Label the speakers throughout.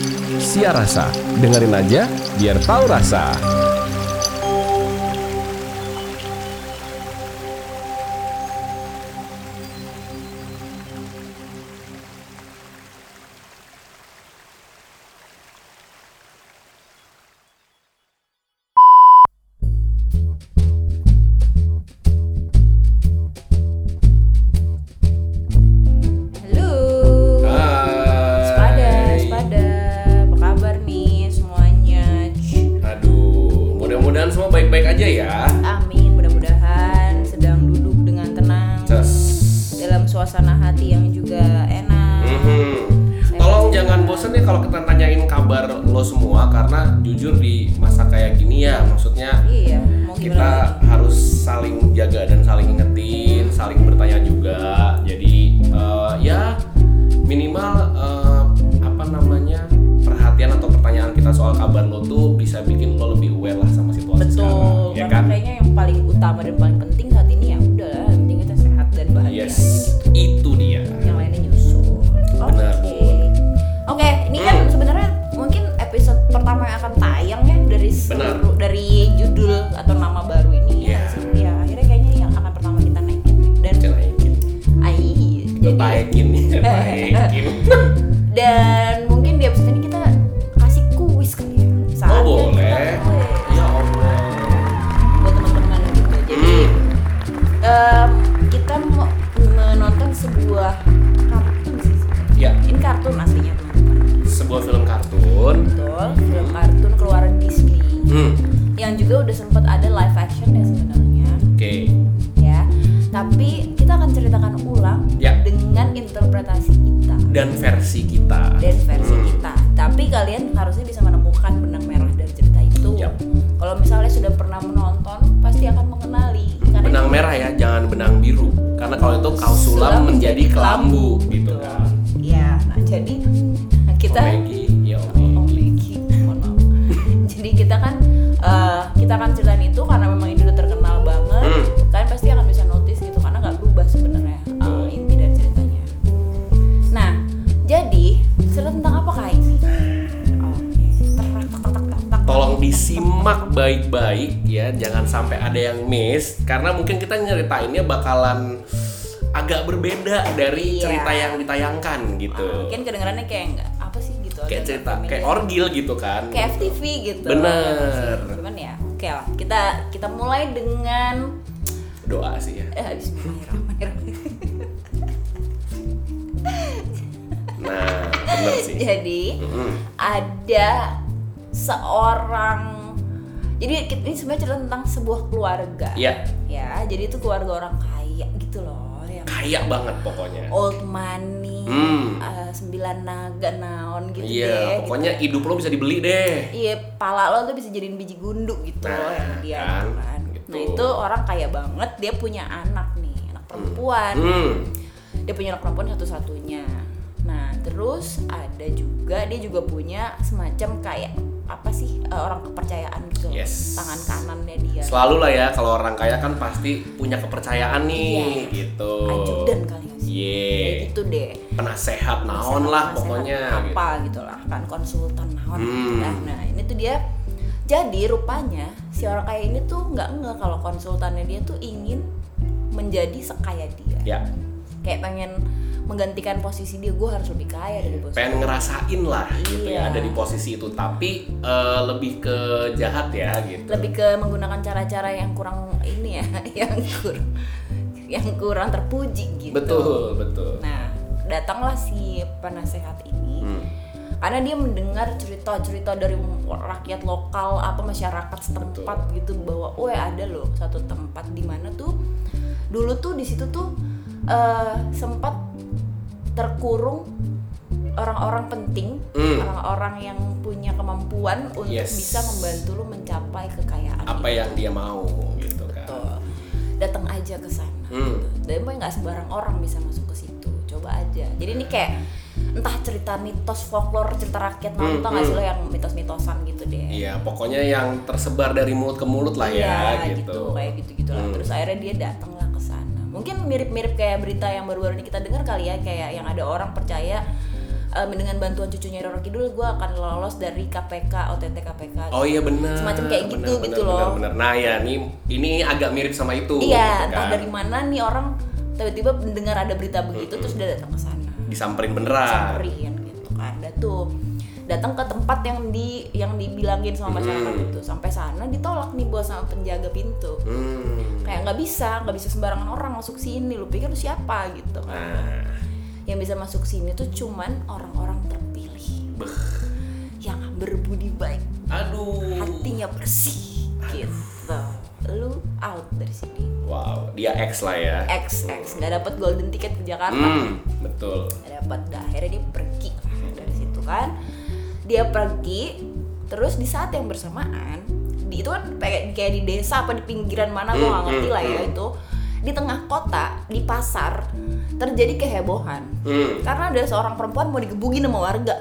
Speaker 1: Rahasia Rasa. Dengerin aja biar tahu rasa.
Speaker 2: Halo. Sepada, sepada. Apa kabar nih semuanya? Cih,
Speaker 1: Aduh, mudah-mudahan semua baik-baik aja ya.
Speaker 2: Amin, mudah-mudahan sedang duduk dengan tenang dalam suasana hati yang juga
Speaker 1: Mm-hmm.
Speaker 2: enak. Saya
Speaker 1: Tolong
Speaker 2: pasti-
Speaker 1: jangan bosen nih kalau kita tanyain kabar lo semua karena jujur di masa kayak gini ya, maksudnya
Speaker 2: Iya, mau gimana?
Speaker 1: kita harus saling jaga dan saling ingetin, saling bertanya juga. Jadi eh, ya minimal eh, apa namanya perhatian atau pertanyaan kita soal kabar lo tuh bisa bikin lo lebih aware lah sama situasi
Speaker 2: lagi?
Speaker 1: sekarang,
Speaker 2: Betul.
Speaker 1: ya
Speaker 2: Karena
Speaker 1: kan?
Speaker 2: kayaknya yang paling utama dan paling penting saat ini ya udah, yang penting kita sehat dan bahagia.
Speaker 1: Yes,
Speaker 2: aja.
Speaker 1: itu dia.
Speaker 2: yang lainnya nyusul. Oke.
Speaker 1: Benar, Bu.
Speaker 2: Oke, ini kan sebenarnya mungkin episode pertama yang akan tayang ya dari
Speaker 1: Benar.
Speaker 2: seluruh- dari judul atau nama baru
Speaker 1: Iya.
Speaker 2: ini ya. sih? Ya, akhirnya kayaknya ini yang akan pertama kita naikin ya. dan
Speaker 1: Cenaikin,
Speaker 2: ai iya, jadi
Speaker 1: naikin, ya, naikin.
Speaker 2: dan mungkin di episode ini kita kasih kuis kali ya.
Speaker 1: Oh
Speaker 2: Saatnya kita
Speaker 1: boleh.
Speaker 2: kuis
Speaker 1: Ya Allah.
Speaker 2: buat teman-teman juga. Jadi
Speaker 1: Hmm,
Speaker 2: em, kita mau menonton sebuah kartun sih. sebenarnya.
Speaker 1: Ya,
Speaker 2: Ini kartun aslinya teman-teman.
Speaker 1: sebuah film kartun.
Speaker 2: Betul, film kartun keluaran Disney
Speaker 1: Hmm,
Speaker 2: yang juga udah sempet ada live action ya sebenarnya
Speaker 1: oke.
Speaker 2: ya. Tapi kita akan ceritakan ulang
Speaker 1: Ya.
Speaker 2: dengan interpretasi kita
Speaker 1: Dan versi kita.
Speaker 2: dan versi
Speaker 1: Hmm.
Speaker 2: kita. Tapi kalian harusnya bisa menemukan benang merah dari cerita itu.
Speaker 1: Yap.
Speaker 2: Kalau misalnya sudah pernah menonton, pasti akan mengenali karena
Speaker 1: benang merah ya jangan benang biru karena kalau itu kau sulam menjadi kelambu gitu kan
Speaker 2: Iya. Nah, jadi kita
Speaker 1: Oh, Maggie, ya oh, Maggie.
Speaker 2: Oh, Maggie. Mohon maaf. Jadi kita kan eh, kita akan ceritain itu karena memang ini udah terkenal banget.
Speaker 1: Hmm.
Speaker 2: Kalian pasti akan bisa notice gitu karena nggak berubah sebenarnya
Speaker 1: Hmm.
Speaker 2: eh, inti dari ceritanya. Nah, jadi cerita tentang apa kah ini? Oke.
Speaker 1: Gitu.
Speaker 2: Terak, tek, tek, tek, tek.
Speaker 1: tolong disimak baik-baik ya jangan sampai ada yang miss karena mungkin kita nyeritainnya bakalan agak berbeda dari
Speaker 2: Iya.
Speaker 1: cerita yang ditayangkan gitu
Speaker 2: Mungkin kedengarannya kayak nggak apa sih gitu.
Speaker 1: kayak
Speaker 2: agak
Speaker 1: cerita
Speaker 2: familiar.
Speaker 1: kayak orgil gitu kan
Speaker 2: kayak FTV gitu.
Speaker 1: Bener.
Speaker 2: Cuman ya, oke lah. Kita kita mulai dengan
Speaker 1: doa sih ya
Speaker 2: eh Bismillahirrahmanirrahim.
Speaker 1: nah bener sih
Speaker 2: Iya. Jadi
Speaker 1: Mm-mm.
Speaker 2: ada seorang jadi ki- ini sebenarnya cerita tentang sebuah keluarga.
Speaker 1: Iya.
Speaker 2: Ya, jadi itu keluarga orang kaya gitu loh yang
Speaker 1: kaya banget pokoknya
Speaker 2: old money,
Speaker 1: Hmm.
Speaker 2: eh, sembilan naga naon gitu
Speaker 1: iya
Speaker 2: deh,
Speaker 1: pokoknya
Speaker 2: gitu.
Speaker 1: hidup lo bisa dibeli deh
Speaker 2: Iya, pala lo tuh bisa jadiin biji gundu gitu
Speaker 1: Nah,
Speaker 2: loh yang dia
Speaker 1: kan,
Speaker 2: gitu kan.
Speaker 1: gitu.
Speaker 2: Nah, itu orang kaya banget, dia punya anak nih, anak perempuan
Speaker 1: hmm.
Speaker 2: dia punya anak perempuan satu-satunya nah terus ada juga dia juga punya semacam kayak apa sih eh, orang kepercayaan gitu loh.
Speaker 1: Yes.
Speaker 2: tangan kanannya dia
Speaker 1: Selalu lah ya kalau orang kaya kan pasti punya kepercayaan nih
Speaker 2: Iya.
Speaker 1: gitu.
Speaker 2: ajudan kali ya sih Kayak
Speaker 1: Ye.
Speaker 2: gitu deh
Speaker 1: Penasehat naon
Speaker 2: Nasehat-
Speaker 1: lah
Speaker 2: nasehat
Speaker 1: pokoknya gitu.
Speaker 2: apa gitu lah kan konsultan naon
Speaker 1: Hmm.
Speaker 2: gitu lah. nah ini tuh dia jadi rupanya si orang kaya ini tuh nggak nggak kalau konsultannya dia tuh ingin menjadi sekaya dia
Speaker 1: Ya,
Speaker 2: kayak pengen menggantikan posisi dia gue harus lebih kaya dari bos
Speaker 1: pengen ngerasain lah gitu ya
Speaker 2: Iya.
Speaker 1: ada di posisi itu tapi eh, lebih ke jahat ya gitu.
Speaker 2: lebih ke menggunakan cara-cara yang kurang ini ya yang kurang yang kurang terpuji gitu
Speaker 1: Betul, betul.
Speaker 2: nah datanglah si penasehat ini
Speaker 1: Hmm.
Speaker 2: karena dia mendengar cerita-cerita dari rakyat lokal apa masyarakat setempat gitu bahwa oh ada loh satu tempat di mana tuh dulu tuh di situ tuh eh, sempat terkurung orang-orang penting
Speaker 1: Hmm.
Speaker 2: orang-orang yang punya kemampuan untuk
Speaker 1: Yes.
Speaker 2: bisa membantu lu mencapai kekayaan
Speaker 1: Apa
Speaker 2: itu.
Speaker 1: yang dia mau gitu kan.
Speaker 2: Betul. datang aja ke sana
Speaker 1: Hmm.
Speaker 2: gitu. dan emang nggak sembarang orang bisa masuk ke situ coba aja jadi ini kayak entah cerita mitos folklore cerita rakyat
Speaker 1: Hmm,
Speaker 2: hmm, tau nggak sih
Speaker 1: hmm.
Speaker 2: lo yang mitos-mitosan gitu deh
Speaker 1: Iya, pokoknya yang tersebar dari mulut ke mulut lah ya, gitu.
Speaker 2: kayak gitu gitu lah
Speaker 1: Hmm.
Speaker 2: terus akhirnya dia datanglah ke sana mungkin mirip-mirip kayak berita yang baru-baru ini kita dengar kali ya kayak yang ada orang percaya eh, dengan bantuan cucunya Roro Kidul gue akan lolos dari KPK OTT KPK
Speaker 1: Oh iya benar.
Speaker 2: Semacam kayak gitu,
Speaker 1: Benar,
Speaker 2: gitu
Speaker 1: benar,
Speaker 2: loh.
Speaker 1: benar, benar. Nah ya ini ini agak mirip sama itu. gitu
Speaker 2: iya
Speaker 1: kan.
Speaker 2: entah dari mana nih orang tiba-tiba mendengar ada berita begitu
Speaker 1: Hmm,
Speaker 2: terus dia datang ke sana
Speaker 1: disamperin beneran.
Speaker 2: samperin gitu kan ada tuh datang ke tempat yang di yang dibilangin sama masyarakat
Speaker 1: Hmm.
Speaker 2: itu sampai sana ditolak nih bos sama penjaga pintu
Speaker 1: Hmm.
Speaker 2: kayak nggak bisa nggak bisa sembarangan orang masuk sini lu pikir lu siapa gitu kan
Speaker 1: Nah,
Speaker 2: yang bisa masuk sini tuh cuman orang-orang terpilih
Speaker 1: beh.
Speaker 2: yang berbudi baik
Speaker 1: Aduh.
Speaker 2: hatinya bersih gitu lu out dari sini
Speaker 1: Wow, dia X lah ya.
Speaker 2: X X nggak dapat golden ticket ke Jakarta
Speaker 1: Hmm, betul.
Speaker 2: nggak dapat Dah, akhirnya dia pergi dari situ kan dia pergi terus di saat yang bersamaan di itu kan kayak kayak di desa apa di pinggiran mana gue nggak
Speaker 1: Hmm,
Speaker 2: ngerti
Speaker 1: hmm,
Speaker 2: lah ya
Speaker 1: hmm.
Speaker 2: itu di tengah kota di pasar terjadi kehebohan
Speaker 1: Hmm.
Speaker 2: karena ada seorang perempuan mau digebukin sama warga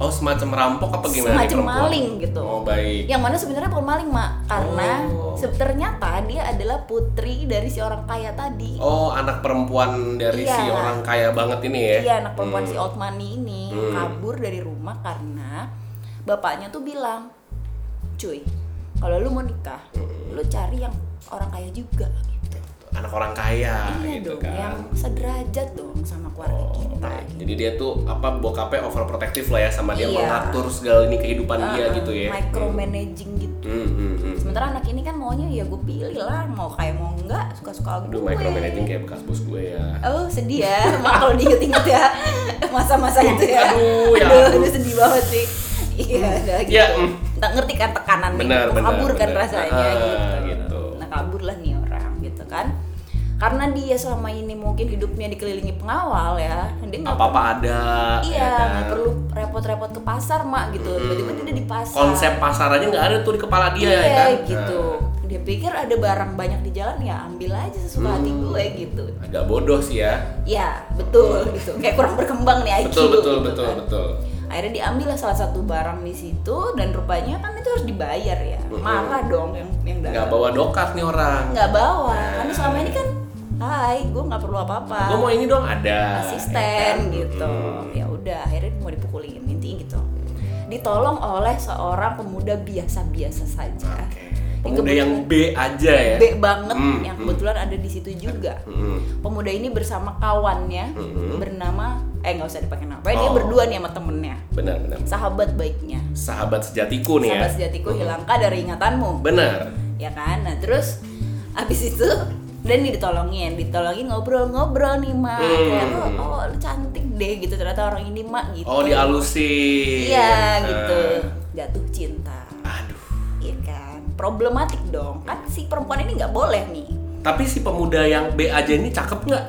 Speaker 1: Oh semacam rampok apa gimana?
Speaker 2: Semacam
Speaker 1: perempuan?
Speaker 2: maling gitu.
Speaker 1: Oh baik.
Speaker 2: yang mana sebenarnya bukan maling mak karena
Speaker 1: Oh.
Speaker 2: se- ternyata dia adalah putri dari si orang kaya tadi
Speaker 1: Oh anak perempuan dari si
Speaker 2: Iya.
Speaker 1: orang kaya banget ini ya?
Speaker 2: Iya anak perempuan
Speaker 1: Hmm.
Speaker 2: si old money ini
Speaker 1: Hmm.
Speaker 2: kabur dari rumah karena bapaknya tuh bilang, cuy, kalau lu mau nikah,
Speaker 1: Hmm.
Speaker 2: lu cari yang orang kaya juga gitu.
Speaker 1: Anak orang kaya
Speaker 2: iya
Speaker 1: gitu
Speaker 2: dong,
Speaker 1: kan.
Speaker 2: yang sederajat dong sama keluarga
Speaker 1: Oh,
Speaker 2: kita.
Speaker 1: baik.
Speaker 2: gitu.
Speaker 1: Jadi dia tuh apa bokapnya overprotective lah ya sama dia
Speaker 2: Iya.
Speaker 1: mengatur segala ini kehidupan dia
Speaker 2: Ah,
Speaker 1: gitu ya.
Speaker 2: Micromanaging gitu.
Speaker 1: Hmm, hmm, hmm.
Speaker 2: Sementara anak ini kan maunya ya gue pilih lah, mau kaya mau enggak, suka-suka gue.
Speaker 1: Aduh micromanaging kayak bekas bos gue ya.
Speaker 2: Oh sedih ya, emang kalau diinget-inget ya masa-masa itu ya.
Speaker 1: Aduh, ya
Speaker 2: aduh,
Speaker 1: ampun.
Speaker 2: aduh, sedih banget sih. Iya, udah gitu.
Speaker 1: Ya, mm.
Speaker 2: Tak ngerti kan tekanan
Speaker 1: Benar,
Speaker 2: gitu,
Speaker 1: benar,
Speaker 2: kabur kan
Speaker 1: benar.
Speaker 2: rasanya
Speaker 1: Ah,
Speaker 2: gitu.
Speaker 1: gitu.
Speaker 2: Nah kabur lah nih orang gitu kan. Karena dia selama ini mungkin hidupnya dikelilingi pengawal ya, dia nggak
Speaker 1: Apa apa ada. ya
Speaker 2: perlu- iya
Speaker 1: kan? Hmm.
Speaker 2: nggak perlu repot-repot ke pasar mak gitu. Tiba-tiba dia ada di pasar.
Speaker 1: Konsep pasar aja nggak ada tuh di kepala dia
Speaker 2: iya,
Speaker 1: ya kan.
Speaker 2: gitu. Dia pikir ada barang banyak di jalan ya ambil aja sesuka hati gue gitu.
Speaker 1: Nah, agak bodoh sih ya.
Speaker 2: Ya betul gitu. Kayak kurang berkembang
Speaker 1: Iya.
Speaker 2: nih IQ.
Speaker 1: Betul betul
Speaker 2: gitu
Speaker 1: betul
Speaker 2: kan.
Speaker 1: betul.
Speaker 2: akhirnya diambil lah salah satu barang di situ dan rupanya kan itu harus dibayar ya marah dong yang yang
Speaker 1: Nggak
Speaker 2: dagang
Speaker 1: bawa dokat nih orang.
Speaker 2: nggak bawa karena selama ini kan hai gue nggak perlu apa apa
Speaker 1: Gue mau ini dong ada.
Speaker 2: asisten
Speaker 1: ya kan?
Speaker 2: gitu
Speaker 1: Mm.
Speaker 2: ya udah akhirnya mau dipukulin intinya gitu ditolong oleh seorang pemuda biasa-biasa saja
Speaker 1: Oke.
Speaker 2: Yang
Speaker 1: Pemuda yang
Speaker 2: kebetulan-
Speaker 1: B aja ya.
Speaker 2: B banget
Speaker 1: Hmm,
Speaker 2: yang
Speaker 1: hmm.
Speaker 2: kebetulan ada di situ juga
Speaker 1: Mm-mm.
Speaker 2: pemuda ini bersama kawannya
Speaker 1: Mhm.
Speaker 2: bernama eh nggak usah dipakai nama dia
Speaker 1: Oh.
Speaker 2: berdua nih sama temennya
Speaker 1: Benar benar.
Speaker 2: sahabat baiknya
Speaker 1: Sahabat sejatiku nih ya.
Speaker 2: sahabat sejatiku hilangkah dari ingatanmu
Speaker 1: Benar.
Speaker 2: ya kan nah terus abis itu dan ditolongin ditolongin ngobrol-ngobrol nih mak
Speaker 1: Hmm.
Speaker 2: kayak lu oh lu cantik deh gitu ternyata orang ini mak gitu
Speaker 1: Oh dialusin.
Speaker 2: iya
Speaker 1: Nah.
Speaker 2: gitu jatuh cinta
Speaker 1: Ah. Aduh.
Speaker 2: iya kan problematik dong kan si perempuan ini nggak boleh nih
Speaker 1: Tapi si pemuda yang B aja ini cakep nggak?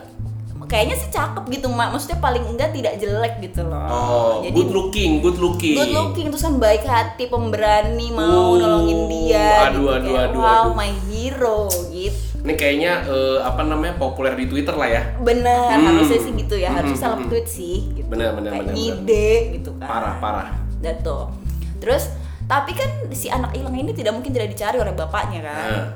Speaker 2: kayaknya sih cakep gitu mak maksudnya paling enggak tidak jelek gitu loh
Speaker 1: Oh,
Speaker 2: jadi
Speaker 1: good looking, good looking.
Speaker 2: good looking terus kan baik hati pemberani mau
Speaker 1: Uh,
Speaker 2: nolongin dia
Speaker 1: aduh,
Speaker 2: gitu.
Speaker 1: aduh,
Speaker 2: Kayak,
Speaker 1: aduh, aduh.
Speaker 2: wow my hero gitu
Speaker 1: Ini kayaknya eh, apa namanya populer di Twitter lah ya.
Speaker 2: bener
Speaker 1: Hmm.
Speaker 2: harusnya sih gitu ya
Speaker 1: Hmm,
Speaker 2: harusnya
Speaker 1: hmm,
Speaker 2: salah
Speaker 1: hmm.
Speaker 2: tweet sih gitu
Speaker 1: Bener, bener,
Speaker 2: Kayak
Speaker 1: bener, bener.
Speaker 2: ide gitu kan
Speaker 1: Parah, parah.
Speaker 2: dan tuh terus tapi kan si anak hilang ini tidak mungkin tidak dicari oleh bapaknya kan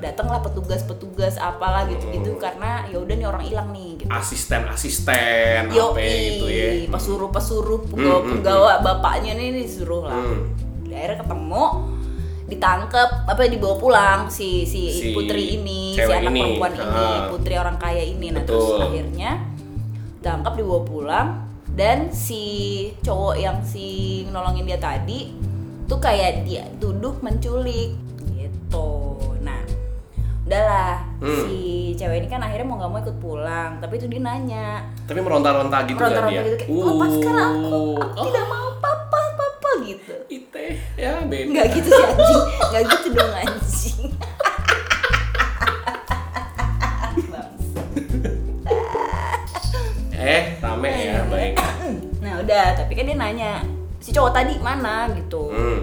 Speaker 1: Nah.
Speaker 2: datanglah petugas-petugas apalah gitu-gitu
Speaker 1: Hmm.
Speaker 2: karena ya udah nih orang hilang nih gitu
Speaker 1: Asisten, asisten, apa gitu ya.
Speaker 2: pesuruh pesuruh penggawa penggawa bapaknya nih disuruh lah
Speaker 1: Hmm.
Speaker 2: akhirnya ketemu ditangkep apa dibawa pulang si si,
Speaker 1: Si
Speaker 2: putri ini si
Speaker 1: cewek
Speaker 2: anak
Speaker 1: ini.
Speaker 2: perempuan ini
Speaker 1: Ah.
Speaker 2: putri orang kaya ini nah
Speaker 1: Betul.
Speaker 2: terus akhirnya ditangkap dibawa pulang dan si cowok yang si nolongin dia tadi tuh kayak dia tuduh menculik gitu nah udahlah
Speaker 1: Hmm.
Speaker 2: si cewek ini kan akhirnya mau nggak mau ikut pulang tapi itu dia nanya
Speaker 1: Tapi meronta-ronta gitu nggak
Speaker 2: meronta-ronta
Speaker 1: dia.
Speaker 2: gitu kayak
Speaker 1: Uh.
Speaker 2: lepaskan aku aku
Speaker 1: Oh,
Speaker 2: tidak mau papa papa gitu
Speaker 1: ite ya beda.
Speaker 2: Nggak gitu sih anjing, nggak gitu dong anjing.
Speaker 1: Eh, rame ya, baik.
Speaker 2: Nah udah, tapi kan dia nanya si cowok tadi mana gitu,
Speaker 1: Hmm.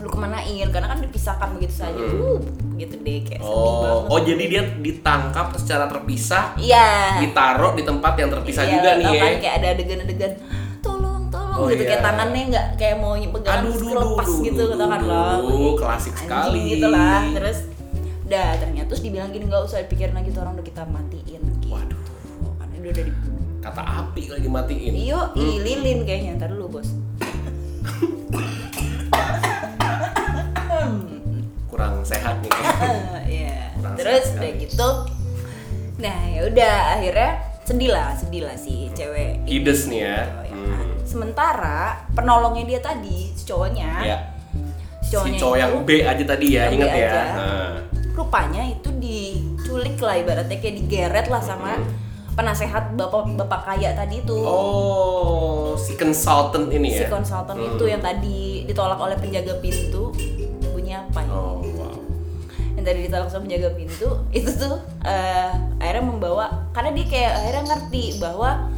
Speaker 2: lu kemanain? Karena kan dipisahkan begitu saja,
Speaker 1: Hmm.
Speaker 2: uh, gitu deh kayak sedih
Speaker 1: Oh,
Speaker 2: banget.
Speaker 1: oh jadi dia ditangkap secara terpisah,
Speaker 2: Iya.
Speaker 1: ditaruh di tempat yang terpisah
Speaker 2: Iya,
Speaker 1: juga nih
Speaker 2: tau
Speaker 1: ya.
Speaker 2: kan, Kayak ada adegan-adegan tolong tolong
Speaker 1: Oh,
Speaker 2: gitu kayak
Speaker 1: iya.
Speaker 2: tangannya nggak kayak mau pegangan
Speaker 1: Aduh,
Speaker 2: terus
Speaker 1: duh,
Speaker 2: lepas
Speaker 1: duh,
Speaker 2: gitu
Speaker 1: duh,
Speaker 2: kata kan
Speaker 1: duh,
Speaker 2: lah.
Speaker 1: duh,
Speaker 2: wih,
Speaker 1: klasik
Speaker 2: anjing
Speaker 1: sekali.
Speaker 2: gitu lah terus udah ternyata terus dibilang gini nggak usah dipikirin lagi tuh orang udah kita matiin gitu Waduh. karena dia udah dibunuh
Speaker 1: kata api lagi matiin
Speaker 2: Iyo, i lilin kayaknya ntar dulu bos.
Speaker 1: kurang sehat nih
Speaker 2: Iya.
Speaker 1: Kurang
Speaker 2: Terus
Speaker 1: sehat
Speaker 2: udah
Speaker 1: Hmm. sekali.
Speaker 2: gitu, nah ya udah akhirnya sedih lah, sedih lah si cewek.
Speaker 1: hides nih ya
Speaker 2: Oh, ya.
Speaker 1: Hmm.
Speaker 2: Sementara penolongnya dia tadi, si cowoknya,
Speaker 1: ya si
Speaker 2: si cowoknya
Speaker 1: cowok yang
Speaker 2: itu,
Speaker 1: B aja tadi ya
Speaker 2: Yang B
Speaker 1: ingat ya
Speaker 2: aja.
Speaker 1: Nah,
Speaker 2: rupanya itu diculik lah ibaratnya kayak digeret lah sama
Speaker 1: Hmm.
Speaker 2: penasehat bapak bapak kaya tadi itu.
Speaker 1: oh si consultant ini
Speaker 2: si
Speaker 1: ya
Speaker 2: konsultan
Speaker 1: Hmm.
Speaker 2: itu yang tadi ditolak oleh penjaga pintu bunyi apa ya?
Speaker 1: oh wow
Speaker 2: yang tadi ditolak sama penjaga pintu itu tuh eh, akhirnya membawa karena dia kayak akhirnya ngerti bahwa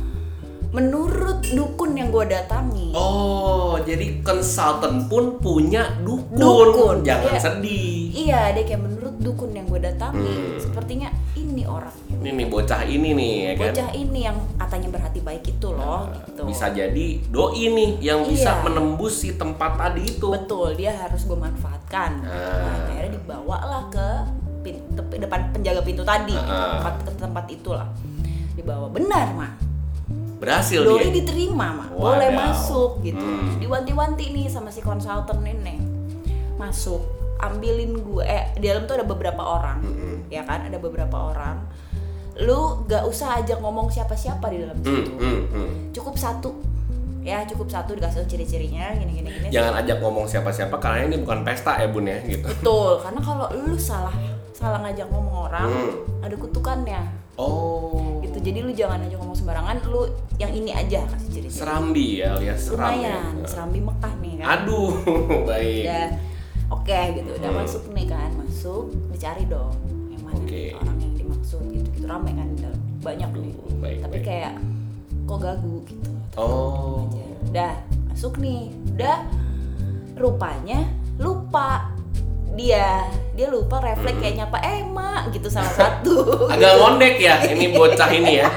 Speaker 2: menurut dukun yang gua datangi
Speaker 1: oh jadi consultant pun punya dukun,
Speaker 2: Dukun,
Speaker 1: jangan
Speaker 2: iya.
Speaker 1: sedih
Speaker 2: iya dia kayak menurut dukun yang gua datangi
Speaker 1: Hmm.
Speaker 2: sepertinya ini orang
Speaker 1: ini nih bocah ini nih ya kan Nah,
Speaker 2: bocah ini yang katanya berhati baik itu loh gitu
Speaker 1: bisa jadi doi nih yang bisa
Speaker 2: Iya.
Speaker 1: menembus si tempat tadi itu
Speaker 2: betul dia harus gue manfaatkan
Speaker 1: Ah.
Speaker 2: nah, akhirnya dibawalah ke pin- tep- depan penjaga pintu tadi
Speaker 1: Ah, ah.
Speaker 2: tempat ke tempat itulah dibawa benar mah
Speaker 1: berhasil
Speaker 2: doi
Speaker 1: dia
Speaker 2: diterima mah
Speaker 1: Wadaw.
Speaker 2: boleh masuk gitu
Speaker 1: Hmm.
Speaker 2: diwanti-wanti nih sama si konsultan ini masuk ambilin gue eh di dalam tuh ada beberapa orang
Speaker 1: Mm-mm.
Speaker 2: ya kan ada beberapa orang lu gak usah ajak ngomong siapa-siapa di dalam
Speaker 1: Hmm,
Speaker 2: situ
Speaker 1: hmm, hmm.
Speaker 2: cukup satu ya cukup satu dikasih tahu ciri-cirinya gini-gini gini
Speaker 1: jangan ajak ngomong siapa-siapa karena ini bukan pesta ya bun ya gitu
Speaker 2: Betul, karena kalau lu salah salah ngajak ngomong orang,
Speaker 1: Hmm.
Speaker 2: ada kutukannya.
Speaker 1: oh
Speaker 2: Gitu. Jadi lu jangan aja ngomong sembarangan, lu yang ini aja kasih ciri ciri.
Speaker 1: serambi ya alias seram ya.
Speaker 2: Lumayan, serambi Mekah nih kan.
Speaker 1: aduh baik
Speaker 2: Udah oke gitu, udah
Speaker 1: Hmm.
Speaker 2: masuk nih kan, masuk dicari dong yang mana
Speaker 1: Oke.
Speaker 2: nih orang yang dimaksud gitu gitu rame kan di dalam. banyak
Speaker 1: Aduh,
Speaker 2: nih.
Speaker 1: baik,
Speaker 2: Tapi
Speaker 1: baik.
Speaker 2: kayak kok gagu gitu.
Speaker 1: oh
Speaker 2: aja. Udah masuk nih, udah rupanya lupa dia dia lupa refleks kayak nyapa eh mak gitu salah satu
Speaker 1: agak ngondek ya ini bocah ini ya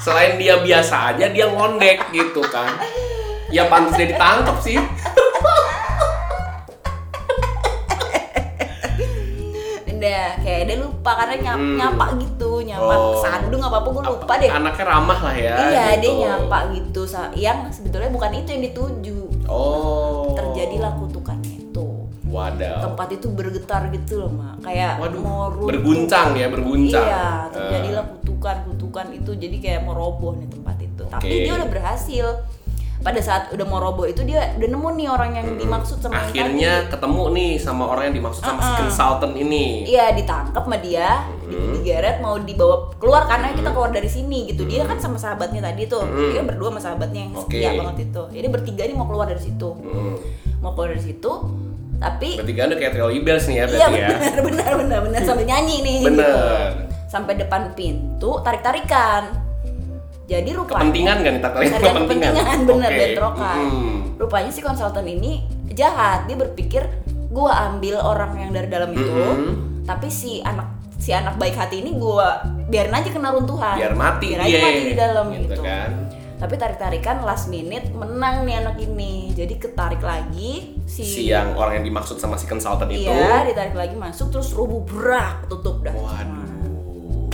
Speaker 1: selain dia biasa aja dia ngondek gitu kan ya pantas dia ditangkap sih
Speaker 2: udah kayak dia lupa karena nyapa,
Speaker 1: Hmm.
Speaker 2: nyapa gitu nyapa
Speaker 1: Oh.
Speaker 2: sandung apa apa gue lupa
Speaker 1: Apa-
Speaker 2: deh
Speaker 1: anaknya ramah lah ya
Speaker 2: iya
Speaker 1: gitu.
Speaker 2: dia nyapa gitu sa- yang sebetulnya bukan itu yang dituju
Speaker 1: oh
Speaker 2: terjadilah kutukan itu
Speaker 1: wadah
Speaker 2: tempat itu bergetar gitu loh mak kayak
Speaker 1: Oh. waduh
Speaker 2: mau runtuh.
Speaker 1: berguncang ya berguncang
Speaker 2: Iya,
Speaker 1: Eh,
Speaker 2: terjadilah kutukan-kutukan itu jadi kayak mau roboh nih tempat itu. Tapi
Speaker 1: Oke.
Speaker 2: dia udah berhasil. Pada saat udah mau roboh itu dia udah nemu nih orang yang dimaksud sama yang
Speaker 1: Eh, akhirnya
Speaker 2: tadi.
Speaker 1: ketemu nih sama orang yang dimaksud sama si
Speaker 2: Uh-uh.
Speaker 1: consultant ini
Speaker 2: Iya, ditangkap sama dia, di- digeret mau dibawa keluar karena kita keluar dari sini gitu. Dia kan sama sahabatnya tadi tuh.
Speaker 1: Mm-mm.
Speaker 2: Dia kan berdua sama sahabatnya yang
Speaker 1: Oke.
Speaker 2: setia banget itu. Jadi bertiga nih mau keluar dari situ.
Speaker 1: Hmm.
Speaker 2: Mau keluar dari situ, tapi
Speaker 1: bertiga udah kayak Trio Bells nih ya
Speaker 2: iya
Speaker 1: berarti ya
Speaker 2: benar benar benar benar sambil nyanyi nih.
Speaker 1: bener
Speaker 2: Sampai depan pintu, tarik-tarikan. Jadi rupanya
Speaker 1: kepentingan kan kita kalian
Speaker 2: Cari yang kepentingan bener
Speaker 1: Oke.
Speaker 2: bentrokan
Speaker 1: Mm.
Speaker 2: rupanya si konsultan ini jahat dia berpikir gua ambil orang yang dari dalam itu
Speaker 1: Mm-mm.
Speaker 2: tapi si anak si anak baik hati ini gua biarin aja kena runtuhan
Speaker 1: biar mati
Speaker 2: biar
Speaker 1: dia
Speaker 2: aja mati di dalam
Speaker 1: gitu,
Speaker 2: gitu,
Speaker 1: kan
Speaker 2: tapi tarik tarikan last minute menang nih anak ini jadi ketarik lagi si,
Speaker 1: si yang orang yang dimaksud sama si consultant itu
Speaker 2: iya ditarik lagi masuk terus rubuh berak tutup dah
Speaker 1: waduh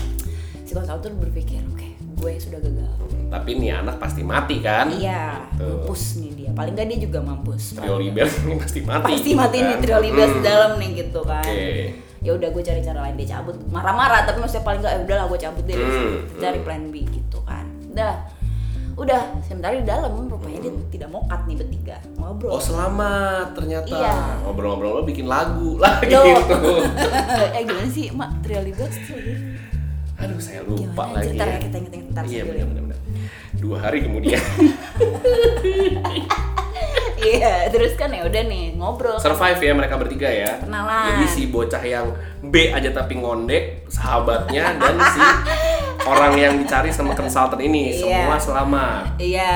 Speaker 2: si konsultan berpikir oke gue sudah gagal
Speaker 1: tapi nih anak pasti mati kan
Speaker 2: iya
Speaker 1: Gitu.
Speaker 2: mampus nih dia paling nggak dia juga mampus
Speaker 1: Trio Bells ini pasti mati
Speaker 2: pasti
Speaker 1: gitu
Speaker 2: matiin
Speaker 1: kan.
Speaker 2: di trio libas
Speaker 1: Mm.
Speaker 2: dalam nih gitu kan
Speaker 1: oke
Speaker 2: ya udah gue cari cara lain dia cabut marah-marah tapi maksudnya paling gak ya udahlah gue cabut deh dari
Speaker 1: Hmm,
Speaker 2: sini.
Speaker 1: hmm.
Speaker 2: cari plan B gitu kan udah udah sementara di dalam rupanya dia tidak mokat nih bertiga ngobrol
Speaker 1: Hmm. Oh selamat ternyata
Speaker 2: Iya.
Speaker 1: ngobrol-ngobrol lo bikin lagu lah gitu.
Speaker 2: Yo. eh gimana sih mak trio libas tuh
Speaker 1: Aduh saya
Speaker 2: gimana
Speaker 1: lupa lagi.
Speaker 2: cerita
Speaker 1: ya.
Speaker 2: kita inget inget ntar
Speaker 1: Iya
Speaker 2: sambil-
Speaker 1: benar-benar. Dua hari kemudian
Speaker 2: iya terus kan ya udah nih ngobrol
Speaker 1: survive ya mereka bertiga ya.
Speaker 2: Kenalan.
Speaker 1: Jadi si bocah yang B aja tapi ngondek sahabatnya dan si orang yang dicari sama konsultan ini
Speaker 2: Iya.
Speaker 1: semua selamat.
Speaker 2: iya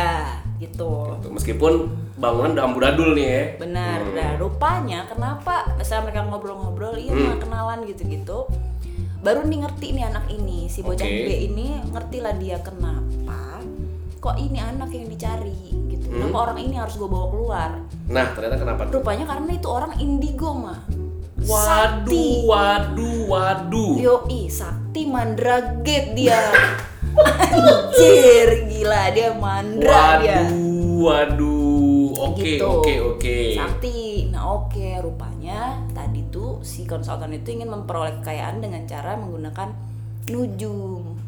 Speaker 2: gitu
Speaker 1: Gitu. Meskipun bangunan udah amburadul nih ya.
Speaker 2: benar
Speaker 1: Hmm.
Speaker 2: Nah, rupanya kenapa misalnya mereka ngobrol-ngobrol iya
Speaker 1: Hmm.
Speaker 2: mah, kenalan gitu-gitu baru nih ngerti nih anak ini si bocah
Speaker 1: Oke.
Speaker 2: B ini ngerti lah dia kenapa kok ini anak yang dicari gitu
Speaker 1: Hmm.
Speaker 2: kenapa orang ini harus gue bawa keluar
Speaker 1: Nah ternyata kenapa? tuh?
Speaker 2: rupanya karena itu orang indigo mah
Speaker 1: Waduh,
Speaker 2: Sakti.
Speaker 1: waduh, waduh.
Speaker 2: Yoi, sakti mandraget dia. Anjir, gila dia mandra dia.
Speaker 1: Waduh, waduh. Oke,
Speaker 2: Gitu.
Speaker 1: oke, oke.
Speaker 2: Sakti. Nah, oke, rupanya tadi tuh si konsultan itu ingin memperoleh kekayaan dengan cara menggunakan nujum.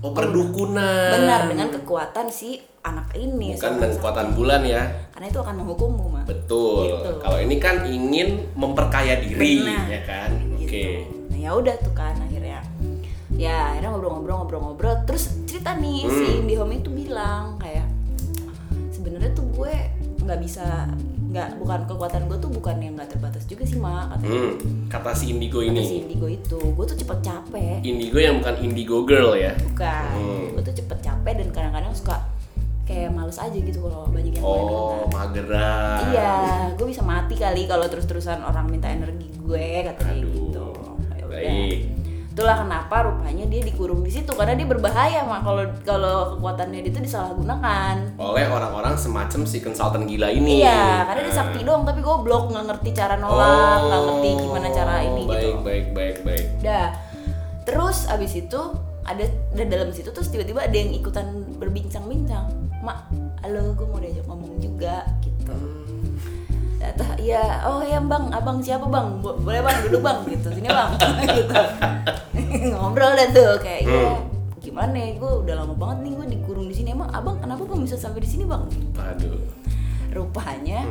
Speaker 1: Oh, perdukunan.
Speaker 2: Benar dengan kekuatan si anak ini.
Speaker 1: Bukan
Speaker 2: seorang
Speaker 1: dengan
Speaker 2: sakti.
Speaker 1: kekuatan bulan ya.
Speaker 2: Karena itu akan menghukummu, Ma.
Speaker 1: Betul.
Speaker 2: Gitu.
Speaker 1: Kalau ini kan ingin memperkaya diri,
Speaker 2: Benar.
Speaker 1: ya kan? Oke.
Speaker 2: Gitu. Nah, ya udah tuh kan akhirnya. Ya, akhirnya ngobrol-ngobrol-ngobrol-ngobrol terus cerita nih si
Speaker 1: Hmm.
Speaker 2: Indihome itu bilang kayak sebenarnya tuh gue nggak bisa nggak bukan kekuatan gue tuh bukan yang nggak terbatas juga sih mak kata
Speaker 1: Hmm, kata si Indigo
Speaker 2: kata si
Speaker 1: ini.
Speaker 2: Indigo itu gue tuh cepet capek
Speaker 1: Indigo yang bukan Indigo Girl ya.
Speaker 2: bukan
Speaker 1: Hmm.
Speaker 2: gue tuh cepet capek dan kadang-kadang suka kayak males aja gitu kalau banyak yang
Speaker 1: Oh,
Speaker 2: mainan
Speaker 1: mageran.
Speaker 2: iya gue bisa mati kali kalau terus-terusan orang minta energi gue katanya
Speaker 1: Aduh.
Speaker 2: gitu Ya udah.
Speaker 1: Baik.
Speaker 2: Itulah kenapa rupanya dia dikurung di situ karena dia berbahaya mak kalau kalau kekuatannya dia itu disalahgunakan.
Speaker 1: Oleh orang-orang semacam si konsultan gila ini.
Speaker 2: Iya, karena dia
Speaker 1: Nah.
Speaker 2: sakti doang tapi goblok nggak ngerti cara nolak, nggak ngerti gimana cara ini
Speaker 1: Oh, baik,
Speaker 2: gitu.
Speaker 1: Baik, baik, baik,
Speaker 2: Dah. Terus abis itu ada dan dalam situ terus tiba-tiba ada yang ikutan berbincang-bincang. Mak, halo, gue mau diajak ngomong juga gitu.
Speaker 1: Hmm,
Speaker 2: Atau, ya, oh ya bang, abang siapa bang? Bo- Boleh bang, duduk bang gitu, sini bang gitu. Ngobrol dan tuh kayak ya gimana ya, gue udah lama banget nih gue dikurung di sini emang abang kenapa bang bisa sampai di sini bang?
Speaker 1: Aduh.
Speaker 2: Rupanya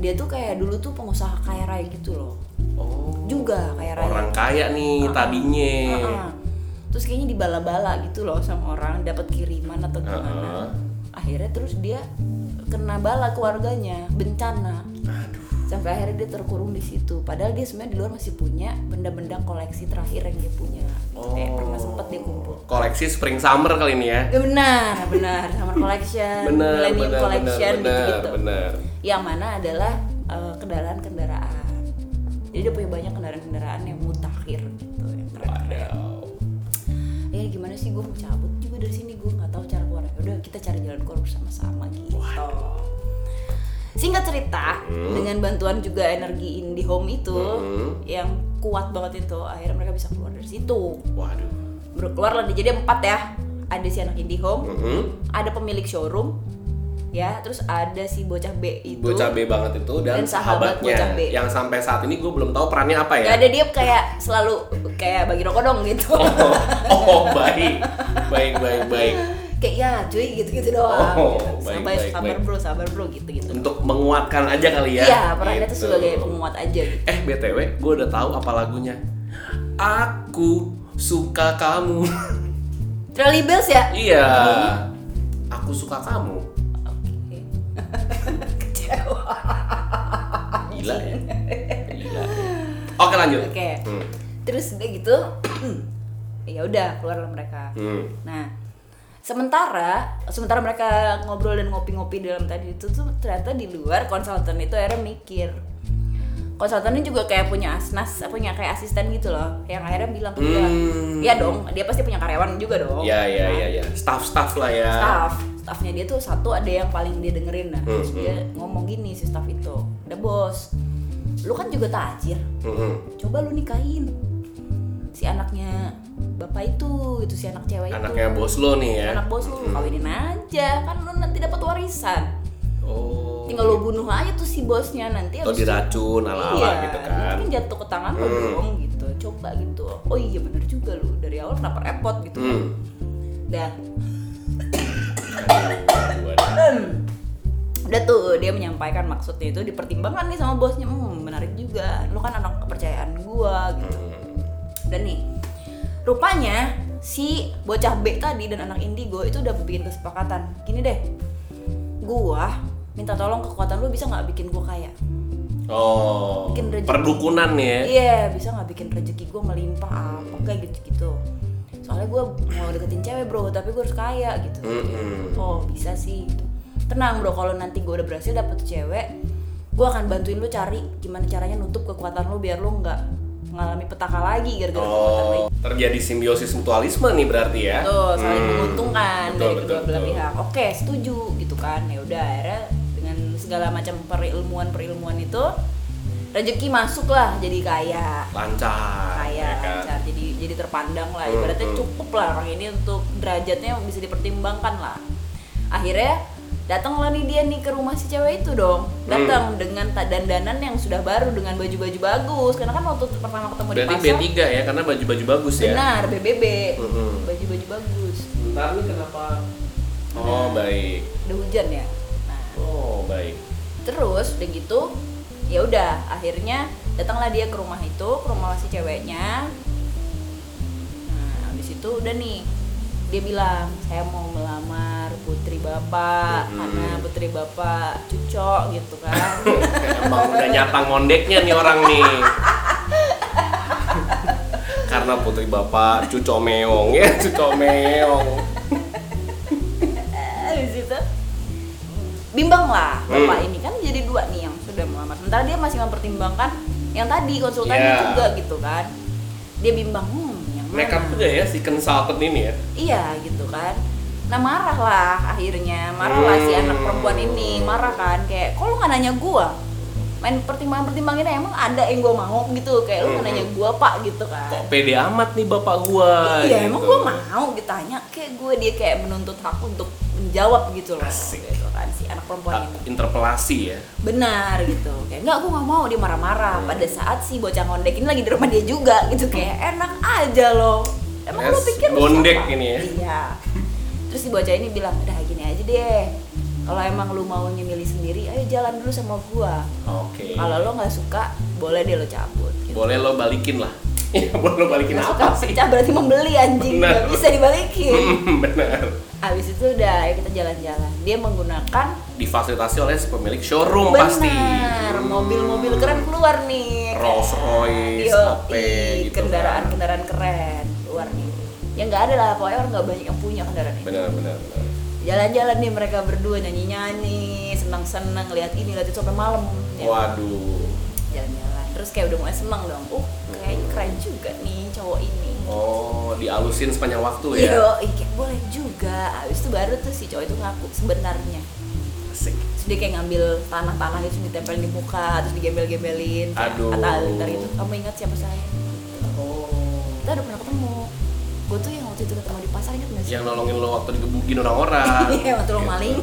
Speaker 2: dia tuh kayak dulu tuh pengusaha kaya raya gitu loh,
Speaker 1: Oh.
Speaker 2: juga kaya raya.
Speaker 1: Orang kaya
Speaker 2: Ah,
Speaker 1: nih tadinya.
Speaker 2: Heeh. Terus kayaknya dibala-bala gitu loh sama orang dapat kiriman atau gimana.
Speaker 1: Heeh.
Speaker 2: Akhirnya terus dia kena bala keluarganya, bencana.
Speaker 1: Aduh.
Speaker 2: Sampai akhirnya dia terkurung di situ. Padahal dia sebenarnya di luar masih punya benda-benda koleksi terakhir yang dia punya.
Speaker 1: Oh.
Speaker 2: Kayak pernah sempet dia kumpul.
Speaker 1: Koleksi spring summer kali ini ya.
Speaker 2: Ya benar, benar. Summer collection,
Speaker 1: Benar,
Speaker 2: Iya, millennium
Speaker 1: benar,
Speaker 2: collection
Speaker 1: benar, benar,
Speaker 2: gitu-gitu.
Speaker 1: benar.
Speaker 2: Yang mana adalah eh, kendaraan-kendaraan. Jadi dia punya banyak kendaraan-kendaraan yang mutakhir gitu, yang keren-keren.
Speaker 1: Wadaw.
Speaker 2: ya gimana sih gue mau cabut juga dari sini gue nggak tahu cara keluar udah kita cari jalan keluar bersama-sama gitu singkat cerita dengan bantuan juga energi indie home itu
Speaker 1: Hmm.
Speaker 2: yang kuat banget itu akhirnya mereka bisa keluar dari situ
Speaker 1: Waduh.
Speaker 2: baru keluar lah dia. jadi empat ya ada si anak indie home
Speaker 1: Mhm.
Speaker 2: ada pemilik showroom ya terus ada si bocah B itu
Speaker 1: Bocah B ya? banget itu dan,
Speaker 2: Dan sahabat
Speaker 1: sahabatnya
Speaker 2: bocah B.
Speaker 1: yang sampai saat ini gue belum tahu perannya apa ya.
Speaker 2: Gak ada dia kayak selalu kayak bagi rokok dong gitu
Speaker 1: Oh, oh, baik, baik, baik, baik.
Speaker 2: kayak ya cuy gitu-gitu doang
Speaker 1: Oh, baik,
Speaker 2: gitu. Sabar-
Speaker 1: baik,
Speaker 2: sabar
Speaker 1: baik.
Speaker 2: bro sabar bro gitu-gitu
Speaker 1: Untuk menguatkan aja kali ya.
Speaker 2: Iya, perannya tuh
Speaker 1: Gitu.
Speaker 2: sebagai penguat aja gitu.
Speaker 1: Eh btw, gue udah tahu apa lagunya. Aku suka kamu.
Speaker 2: Trolley Bells ya?
Speaker 1: iya. Aku suka kamu.
Speaker 2: Oke. Kecewa.
Speaker 1: Gila ya. Gila. ya. Oke lanjut.
Speaker 2: Oke.
Speaker 1: Hmm.
Speaker 2: Terus udah gitu, ya udah keluarlah mereka.
Speaker 1: Hmm.
Speaker 2: Nah, sementara sementara mereka ngobrol dan ngopi-ngopi dalam tadi itu tuh ternyata di luar konsultan itu akhirnya mikir konsultannya juga kayak punya asnas punya kayak asisten gitu loh yang akhirnya bilang ke dia
Speaker 1: Hmm.
Speaker 2: ya dong dia pasti punya karyawan juga dong
Speaker 1: Ya ya
Speaker 2: Nah,
Speaker 1: ya ya. Staff-staff lah ya.
Speaker 2: staff staffnya dia tuh satu ada yang paling dia dengerin nah terus
Speaker 1: Hmm,
Speaker 2: dia ngomong gini si staff itu udah bos lu kan juga tajir
Speaker 1: Mhm.
Speaker 2: coba lu nikahin si anaknya bapak itu gitu si anak cewek
Speaker 1: Anaknya
Speaker 2: itu
Speaker 1: bos lo nih ya.
Speaker 2: anak bos lu lu kawinin aja kan lu nanti dapat warisan
Speaker 1: Oh.
Speaker 2: tinggal lu bunuh aja tuh si bosnya nanti
Speaker 1: Atau
Speaker 2: habis itu-
Speaker 1: diracun ala-ala
Speaker 2: Ya, iya,
Speaker 1: gitu
Speaker 2: nanti
Speaker 1: kan.
Speaker 2: kan jatuh ke tangan lu
Speaker 1: Hmm.
Speaker 2: dong gitu coba gitu oh iya bener juga lu dari awal kenapa repot gitu
Speaker 1: Hmm.
Speaker 2: dah
Speaker 1: Aduh, aduh, aduh.
Speaker 2: udah tuh dia menyampaikan maksudnya itu dipertimbangkan nih sama bosnya hmm menarik juga lu kan anak kepercayaan gua gitu dan nih rupanya si bocah B tadi dan anak indigo itu udah bikin kesepakatan gini deh gua minta tolong kekuatan lu bisa nggak bikin gua kaya
Speaker 1: Oh.
Speaker 2: Bikin rezeki.
Speaker 1: Perdukunan
Speaker 2: iya
Speaker 1: ya.
Speaker 2: bisa nggak bikin rezeki gua melimpah apa kayak gitu gitu soalnya gua mau deketin cewek bro tapi gua harus kaya gitu
Speaker 1: Mm-mm.
Speaker 2: oh bisa sih gitu. tenang bro kalau nanti gue udah berhasil dapet cewek gue akan bantuin lu cari gimana caranya nutup kekuatan lu biar lu nggak mengalami petaka lagi gara-gara kekuatan lu
Speaker 1: Oh, terjadi simbiosis mutualisme nih berarti ya.
Speaker 2: tuh saling
Speaker 1: Hmm.
Speaker 2: menguntungkan
Speaker 1: Betul,
Speaker 2: dari
Speaker 1: betul,
Speaker 2: kedua belah
Speaker 1: betul.
Speaker 2: pihak oke setuju gitu kan ya udah akhirnya dengan segala macam perilmuan perilmuan itu rezeki masuk lah jadi kaya
Speaker 1: lancar
Speaker 2: kaya
Speaker 1: ya kan?
Speaker 2: lancar jadi jadi terpandang lah
Speaker 1: Hmm,
Speaker 2: ibaratnya
Speaker 1: hmm.
Speaker 2: cukup lah orang ini untuk derajatnya bisa dipertimbangkan lah akhirnya datanglah nih dia nih ke rumah si cewek itu dong
Speaker 1: Hmm.
Speaker 2: datang dengan ta- dandanan yang sudah baru dengan baju-baju bagus karena kan waktu pertama ketemu di
Speaker 1: berarti
Speaker 2: pasar
Speaker 1: B3 ya karena baju-baju bagus ya Hmm.
Speaker 2: benar BBB
Speaker 1: Mm-mm.
Speaker 2: baju-baju bagus
Speaker 1: bentar nih kenapa oh
Speaker 2: Nah.
Speaker 1: baik
Speaker 2: udah hujan ya nah
Speaker 1: oh baik
Speaker 2: terus udah gitu ya udah akhirnya datanglah dia ke rumah itu ke rumah si ceweknya nah habis itu udah nih dia bilang saya mau melamar putri bapak
Speaker 1: Mhm.
Speaker 2: karena putri bapak cucok gitu kan
Speaker 1: Emang udah nyata ngondeknya nih orang nih. Karena putri bapak cuco meong ya, cuco meong.
Speaker 2: habis itu bimbang lah bapak
Speaker 1: Hmm.
Speaker 2: ini kan jadi dua nih yang sudah melamar sementara dia masih mempertimbangkan yang tadi konsultan
Speaker 1: Yeah.
Speaker 2: juga gitu kan dia bimbang hmm yang mana
Speaker 1: Nekat juga ya si consultant ini ya.
Speaker 2: iya gitu kan nah marah lah akhirnya marah lah si anak perempuan ini marah kan kayak kok lu nggak nanya gua main pertimbangan pertimbangannya emang ada yang gua mau gitu kayak lu nggak nanya
Speaker 1: Hmm.
Speaker 2: gua pak gitu kan
Speaker 1: Kok pede amat nih bapak gua.
Speaker 2: iya emang
Speaker 1: gitu.
Speaker 2: gua mau ditanya kayak gua dia kayak menuntut hak untuk menjawab gitu loh
Speaker 1: Asik.
Speaker 2: gitu kan si anak perempuan
Speaker 1: Tak
Speaker 2: ini
Speaker 1: Ah, interpelasi ya.
Speaker 2: benar gitu kayak nggak gua nggak mau dia marah-marah
Speaker 1: Iya.
Speaker 2: pada saat si bocah ngondek ini lagi di rumah dia juga gitu kayak enak aja loh emang lu
Speaker 1: Hmm. Yes,
Speaker 2: pikir lu
Speaker 1: gondek
Speaker 2: siapa?
Speaker 1: ini ya.
Speaker 2: iya terus si bocah ini bilang udah gini aja deh kalau emang lu maunya milih sendiri ayo jalan dulu sama gua
Speaker 1: Oke.
Speaker 2: kalau lo nggak suka boleh deh lo cabut gitu.
Speaker 1: Boleh lo balikin lah. Iya, boleh lo balikin
Speaker 2: Nggak
Speaker 1: apa
Speaker 2: suka
Speaker 1: sih?
Speaker 2: pecah berarti membeli anjing
Speaker 1: Benar.
Speaker 2: nggak bisa dibalikin
Speaker 1: Hmm, Benar.
Speaker 2: abis itu udah ayo kita jalan-jalan dia menggunakan
Speaker 1: Difasilitasi oleh si pemilik showroom pasti.
Speaker 2: Benar, mobil-mobil keren keluar nih.
Speaker 1: Rolls Royce,
Speaker 2: Yoi,
Speaker 1: apa gitu kan.
Speaker 2: kendaraan-kendaraan keren keluar nih. Ya nggak ada lah, pokoknya orang nggak banyak yang punya kendaraan itu.
Speaker 1: Benar, benar, benar.
Speaker 2: Jalan-jalan nih mereka berdua nyanyi-nyanyi, senang-senang lihat ini lihat itu sampai malam. ya.
Speaker 1: Waduh.
Speaker 2: Jalan-jalan, terus kayak udah mulai senang dong. Uh, kayaknya keren juga nih cowok ini.
Speaker 1: Oh, dialusin sepanjang waktu ya.
Speaker 2: Iya, ih, kayak boleh juga. Abis itu baru tuh si cowok itu ngaku sebenarnya.
Speaker 1: Asik.
Speaker 2: Terus dia kayak ngambil tanah-tanah gitu ditempelin di muka, terus digembel-gembelin. kayak
Speaker 1: Aduh.
Speaker 2: Kata Alintar itu, kamu ingat siapa saya?
Speaker 1: Oh.
Speaker 2: Kita udah pernah ketemu. Gue tuh yang waktu itu ketemu di pasar ingat gak sih?
Speaker 1: Yang nolongin lo waktu digebukin orang-orang.
Speaker 2: Iya, waktu lo
Speaker 1: Gitu.
Speaker 2: maling.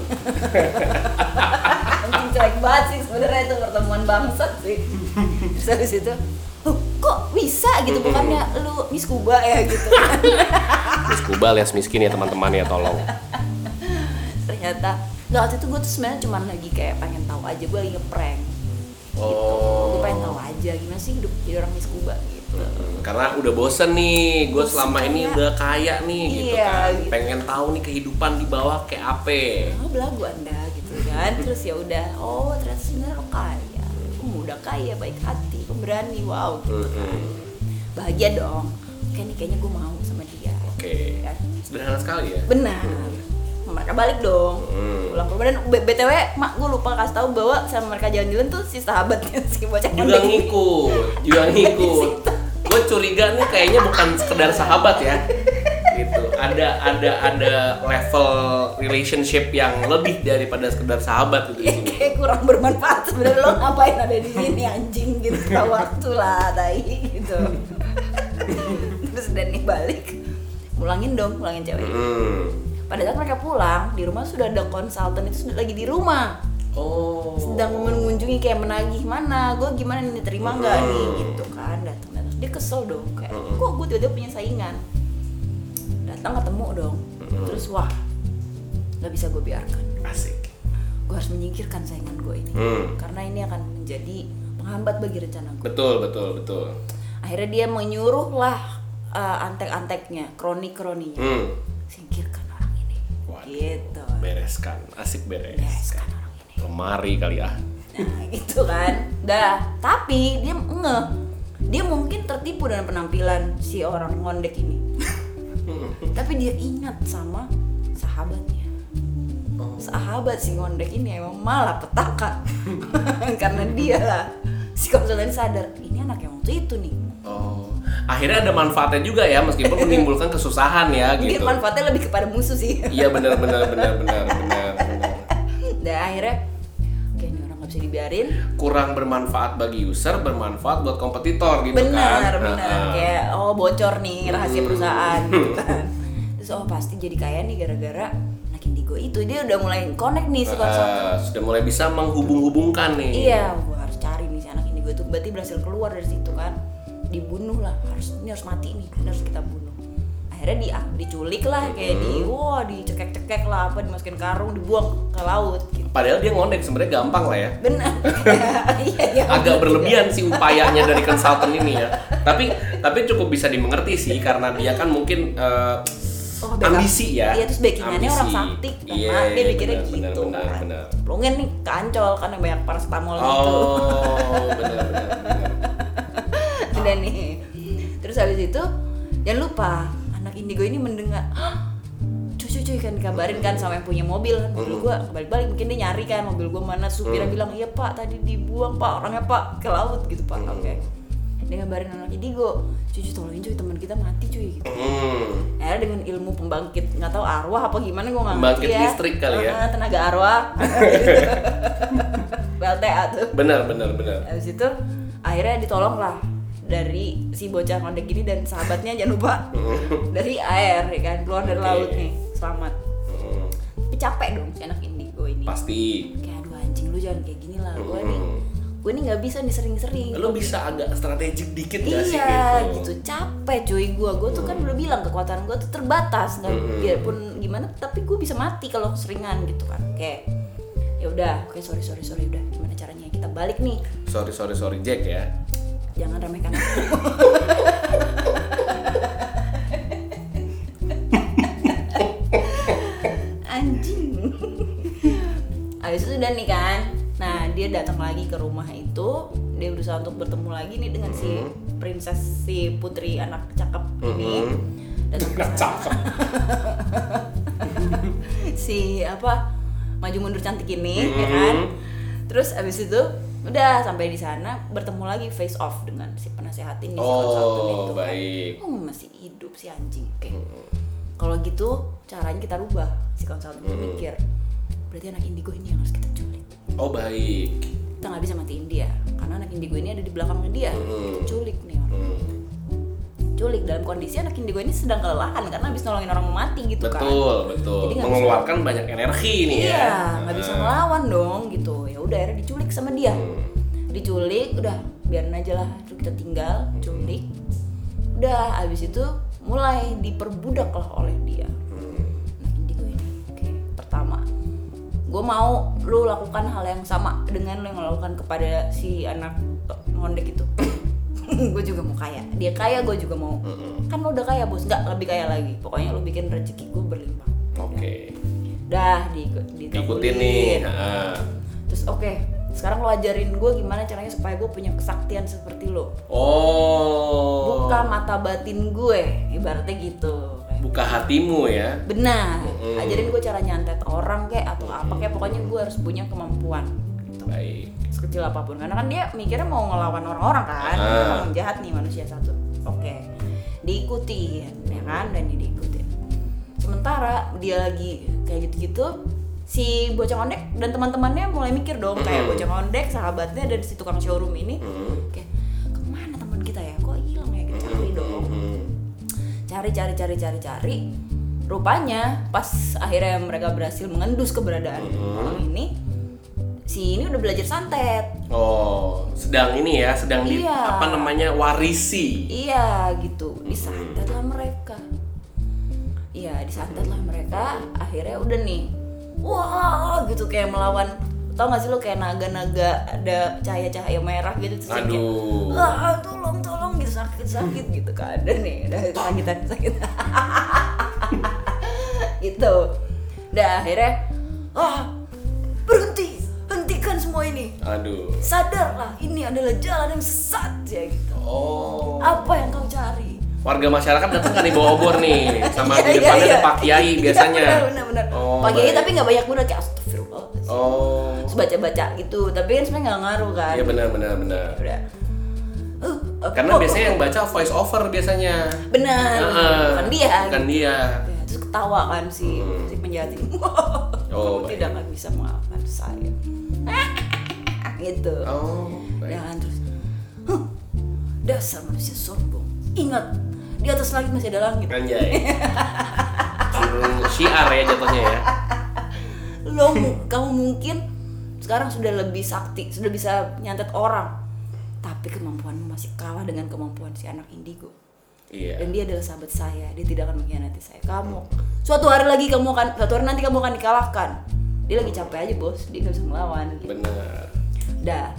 Speaker 2: Anjing jelek banget sih sebenarnya itu pertemuan bangsat sih. Terus habis itu, "Loh, kok bisa gitu bukannya lu Miss Kuba ya gitu
Speaker 1: Miss Kuba alias miskin ya teman-teman ya tolong.
Speaker 2: Gitu. ternyata nggak waktu itu gue tuh sebenarnya cuma lagi kayak pengen tahu aja gue lagi ngeprank
Speaker 1: Oh.
Speaker 2: gue pengen tahu aja gimana sih hidup jadi orang Miss Kuba gitu
Speaker 1: Hmm, Karena udah bosen nih, gue
Speaker 2: Bosen
Speaker 1: selama ini
Speaker 2: kayak-
Speaker 1: udah kaya nih gitu
Speaker 2: Iya,
Speaker 1: kan.
Speaker 2: gitu.
Speaker 1: Pengen tahu nih kehidupan di bawah kayak apa.
Speaker 2: oh belagu anda gitu kan terus ya udah oh ternyata sebenarnya lo kaya pemuda kaya baik hati pemberani wow gitu kan
Speaker 1: Mm-mm.
Speaker 2: bahagia dong oke nih kayaknya gue mau sama dia
Speaker 1: Oke.
Speaker 2: Kan?
Speaker 1: Sederhana sekali ya.
Speaker 2: benar mereka balik dong
Speaker 1: Hmm.
Speaker 2: pulang ke rumah dan B- btw mak gue lupa kasih tahu bahwa sama mereka jalan-jalan tuh si sahabatnya si bocah
Speaker 1: Juga
Speaker 2: ngondek.
Speaker 1: ngikut, juga ngikut. Gue curiga nih kayaknya bukan sekedar sahabat ya. Gitu. Ada ada ada level relationship yang lebih daripada sekedar sahabat gitu di
Speaker 2: Ya,
Speaker 1: sini.
Speaker 2: kayak kurang bermanfaat sebenarnya lo ngapain ada di sini anjing gitu kita waktu lah tai gitu terus dan nih balik pulangin dong pulangin cewek
Speaker 1: Hmm.
Speaker 2: pada saat mereka pulang di rumah sudah ada konsultan itu sudah lagi di rumah
Speaker 1: Oh.
Speaker 2: sedang mengunjungi kayak menagih mana gue gimana nih terima nggak nih
Speaker 1: Hmm.
Speaker 2: gitu kan datang datang dia kesel dong kayak
Speaker 1: Hmm.
Speaker 2: kok gue tiba-tiba punya saingan datang ketemu dong
Speaker 1: Hmm.
Speaker 2: terus wah nggak bisa gue biarkan
Speaker 1: asik.
Speaker 2: gue harus menyingkirkan saingan gue ini
Speaker 1: Hmm.
Speaker 2: karena ini akan menjadi penghambat bagi rencana gue
Speaker 1: Betul, betul, betul.
Speaker 2: akhirnya dia menyuruh lah eh, antek-anteknya kroni-kroninya
Speaker 1: Hmm.
Speaker 2: singkirkan orang ini
Speaker 1: Waduh. kan.
Speaker 2: gitu
Speaker 1: Bereskan, asik beres.
Speaker 2: bereskan orang ini
Speaker 1: Lemari kali ah.
Speaker 2: nah gitu kan dah tapi dia nge dia mungkin tertipu dengan penampilan si orang ngondek ini tapi dia ingat sama sahabatnya sahabat si ngondek ini emang malah petaka karena dia lah si konsultan sadar ini anak yang waktu itu nih
Speaker 1: Oh. Akhirnya ada manfaatnya juga ya meskipun menimbulkan kesusahan ya
Speaker 2: mungkin
Speaker 1: gitu.
Speaker 2: manfaatnya lebih kepada musuh sih
Speaker 1: Iya benar benar benar benar benar. benar.
Speaker 2: dan akhirnya kayak ini orang nggak bisa dibiarin
Speaker 1: kurang bermanfaat bagi user bermanfaat buat kompetitor gitu kan
Speaker 2: benar
Speaker 1: Nah,
Speaker 2: benar
Speaker 1: ah.
Speaker 2: kayak oh bocor nih rahasia
Speaker 1: Hmm.
Speaker 2: perusahaan gitu kan terus oh pasti jadi kaya nih gara-gara anak indigo itu dia udah mulai connect nih si konsol
Speaker 1: Ah, sudah mulai bisa menghubung-hubungkan nih
Speaker 2: iya gua harus cari nih si anak indigo itu berarti berhasil keluar dari situ kan dibunuh lah harus ini harus mati nih ini harus kita bunuh akhirnya di diculik lah kayak di
Speaker 1: Hmm.
Speaker 2: wah dicekek-cekek lah apa dimasukin karung dibuang ke laut gitu
Speaker 1: padahal dia ngondek sebenarnya gampang lah ya
Speaker 2: benar iya iya
Speaker 1: agak
Speaker 2: benar.
Speaker 1: berlebihan sih upayanya dari konsultan ini ya. Tapi tapi cukup bisa dimengerti sih karena dia kan mungkin eh,
Speaker 2: Oh, back up.
Speaker 1: ambisi ya.
Speaker 2: Iya terus backingannya
Speaker 1: Ambisi.
Speaker 2: orang sakti kan
Speaker 1: Iya,
Speaker 2: Mak. dia mikirnya
Speaker 1: benar, benar,
Speaker 2: gitu
Speaker 1: benar,
Speaker 2: kan.
Speaker 1: benar.
Speaker 2: Ceplongan nih kancol karena banyak paracetamol gitu.
Speaker 1: Oh, benar benar. benar.
Speaker 2: Udah nih. Terus habis itu jangan lupa anak indigo ini mendengar "Hah, cuy cuy cuy kan kabarin kan sama yang punya mobil kan mobil gua balik-balik mungkin dia nyari kan mobil gua mana Terus
Speaker 1: Mm.
Speaker 2: supirnya bilang iya pak tadi dibuang pak orangnya pak ke laut gitu
Speaker 1: Mm.
Speaker 2: pak oke dia ngabarin anak indigo cuy cuy tolongin cuy teman kita mati cuy gitu
Speaker 1: Hmm.
Speaker 2: Akhirnya dengan ilmu pembangkit nggak tahu arwah apa gimana gue nggak ngerti
Speaker 1: Pembangkit
Speaker 2: ya.
Speaker 1: listrik kali ya.
Speaker 2: Ah, tenaga arwah. BLTA tuh.
Speaker 1: Benar benar benar.
Speaker 2: Habis itu akhirnya ditolong lah dari si bocah kondek gini dan sahabatnya jangan lupa dari air ya kan keluar dari
Speaker 1: Oke.
Speaker 2: laut nih selamat.
Speaker 1: Hmm,
Speaker 2: Tapi capek dong si anak indigo ini.
Speaker 1: Pasti.
Speaker 2: Kayak aduh anjing lu jangan kayak gini lah gue
Speaker 1: Hmm.
Speaker 2: nih. Gue nih nggak bisa nih sering-sering.
Speaker 1: Lo bisa agak strategik dikit gak sih
Speaker 2: Iya gitu capek cuy gue gue tuh kan udah bilang kekuatan gue tuh terbatas dan
Speaker 1: Mm-mm.
Speaker 2: biarpun gimana tapi gue bisa mati kalau keseringan gitu kan kayak ya udah oke sorry sorry sorry udah gimana caranya kita balik nih
Speaker 1: Sorry sorry sorry Jack ya.
Speaker 2: jangan remehkan aku anjing Habis itu udah nih kan nah dia datang lagi ke rumah itu dia berusaha untuk bertemu lagi nih dengan si princess si putri anak cakep ini
Speaker 1: Mhm.
Speaker 2: datang ke sana. si apa maju mundur cantik ini ya kan
Speaker 1: Mhm.
Speaker 2: terus abis itu udah sampai di sana bertemu lagi face off dengan si penasehat ini si konsultan
Speaker 1: Oh,
Speaker 2: Iya, itu kan.
Speaker 1: baik. Mm-hmm.
Speaker 2: oh masih hidup si anjing oke kalau gitu caranya kita rubah si konsultan itu
Speaker 1: Mm-hmm.
Speaker 2: mikir berarti anak indigo ini yang harus kita culik
Speaker 1: Oh, baik.
Speaker 2: kita nggak bisa matiin dia karena anak indigo ini ada di belakangnya dia
Speaker 1: Mhm.
Speaker 2: Kita culik nih orang
Speaker 1: Hmm,
Speaker 2: culik dalam kondisi anak indigo ini sedang kelelahan karena habis nolongin orang mau mati gitu kan
Speaker 1: Betul, betul.
Speaker 2: Jadi nggak bisa-
Speaker 1: Mengeluarkan banyak energi nih ya.
Speaker 2: iya nggak bisa
Speaker 1: Ah.
Speaker 2: ngelawan dong gitu ya udah akhirnya diculik sama dia
Speaker 1: Hmm.
Speaker 2: diculik udah biarin aja lah Terus kita tinggal culik udah abis itu mulai diperbudak lah oleh dia nah ini gue ini oke pertama gue mau lu lakukan hal yang sama dengan lu yang lakukan kepada si anak ngondek itu gue juga mau kaya dia kaya gue juga mau kan lo udah kaya bos nggak lebih kaya lagi pokoknya lu bikin rezeki gue berlimpah
Speaker 1: Oke.
Speaker 2: dah diikut
Speaker 1: Diikutin nih. ah.
Speaker 2: terus oke sekarang lo ajarin gue gimana caranya supaya gue punya kesaktian seperti lo
Speaker 1: Oh.
Speaker 2: buka mata batin gue ibaratnya gitu
Speaker 1: Buka hatimu ya.
Speaker 2: benar
Speaker 1: Mm-mm.
Speaker 2: ajarin gue cara nyantet orang kayak atau apa kayak pokoknya gue harus punya kemampuan gitu
Speaker 1: Baik.
Speaker 2: sekecil apapun karena kan dia mikirnya mau ngelawan orang-orang kan
Speaker 1: Ah.
Speaker 2: Dia orang jahat nih manusia satu oke diikutin ya kan dan dia diikutin sementara dia lagi kayak gitu-gitu si bocah ondek dan teman-temannya mulai mikir dong kayak bocah ondek sahabatnya dari si tukang showroom ini
Speaker 1: Hmm.
Speaker 2: kayak kemana teman kita ya kok hilang ya kita cari dong
Speaker 1: Hmm.
Speaker 2: cari cari cari cari cari rupanya pas akhirnya mereka berhasil mengendus keberadaan orang ini si ini udah belajar santet
Speaker 1: Oh, sedang ini ya, sedang di
Speaker 2: Iya.
Speaker 1: apa namanya warisi.
Speaker 2: Iya gitu, disantet lah mereka. Iya disantet lah mereka. Akhirnya udah nih, wah gitu kayak melawan. Tau gak sih lo kayak naga-naga ada cahaya-cahaya merah gitu terus kayak,
Speaker 1: Aduh.
Speaker 2: Wah, tolong tolong gitu sakit sakit gitu kan ada nih udah sakitan sakit gitu udah akhirnya ah berhenti hentikan semua ini
Speaker 1: Aduh.
Speaker 2: sadarlah ini adalah jalan yang sesat ya gitu
Speaker 1: Oh.
Speaker 2: apa yang kau cari
Speaker 1: Warga masyarakat datang kan dibawa obor nih sama
Speaker 2: Iya,
Speaker 1: di
Speaker 2: iya,
Speaker 1: depannya
Speaker 2: iya.
Speaker 1: ada Pak Kiai
Speaker 2: Iya,
Speaker 1: biasanya.
Speaker 2: benar benar benar
Speaker 1: Oh,
Speaker 2: pak kiai
Speaker 1: baik.
Speaker 2: tapi nggak banyak bener kayak astagfirullah
Speaker 1: Oh.
Speaker 2: terus baca baca gitu tapi kan sebenarnya nggak ngaruh kan
Speaker 1: Iya benar benar benar.
Speaker 2: udah Uh, uh,
Speaker 1: Karena
Speaker 2: oh,
Speaker 1: biasanya
Speaker 2: oh,
Speaker 1: yang baca voice over biasanya.
Speaker 2: oh. benar
Speaker 1: Heeh. Kan
Speaker 2: bukan dia
Speaker 1: Bukan dia.
Speaker 2: Ya, terus ketawa kan si si penjahat ini.
Speaker 1: Hmm. Oh,
Speaker 2: kamu
Speaker 1: baik.
Speaker 2: tidak akan bisa mengalahkan saya gitu
Speaker 1: Oh, baik.
Speaker 2: Jangan terus "Huh, dasar manusia sombong ingat di atas langit masih ada langit
Speaker 1: Anjay. Cenderung Syiar ya jatuhnya ya.
Speaker 2: lo mu- kamu mungkin sekarang sudah lebih sakti sudah bisa nyantet orang tapi kemampuanmu masih kalah dengan kemampuan si anak indigo
Speaker 1: Iya.
Speaker 2: dan dia adalah sahabat saya dia tidak akan mengkhianati saya kamu suatu hari lagi kamu akan suatu hari nanti kamu akan dikalahkan dia lagi capek aja bos dia nggak bisa ngelawan gitu.
Speaker 1: Bener.
Speaker 2: dah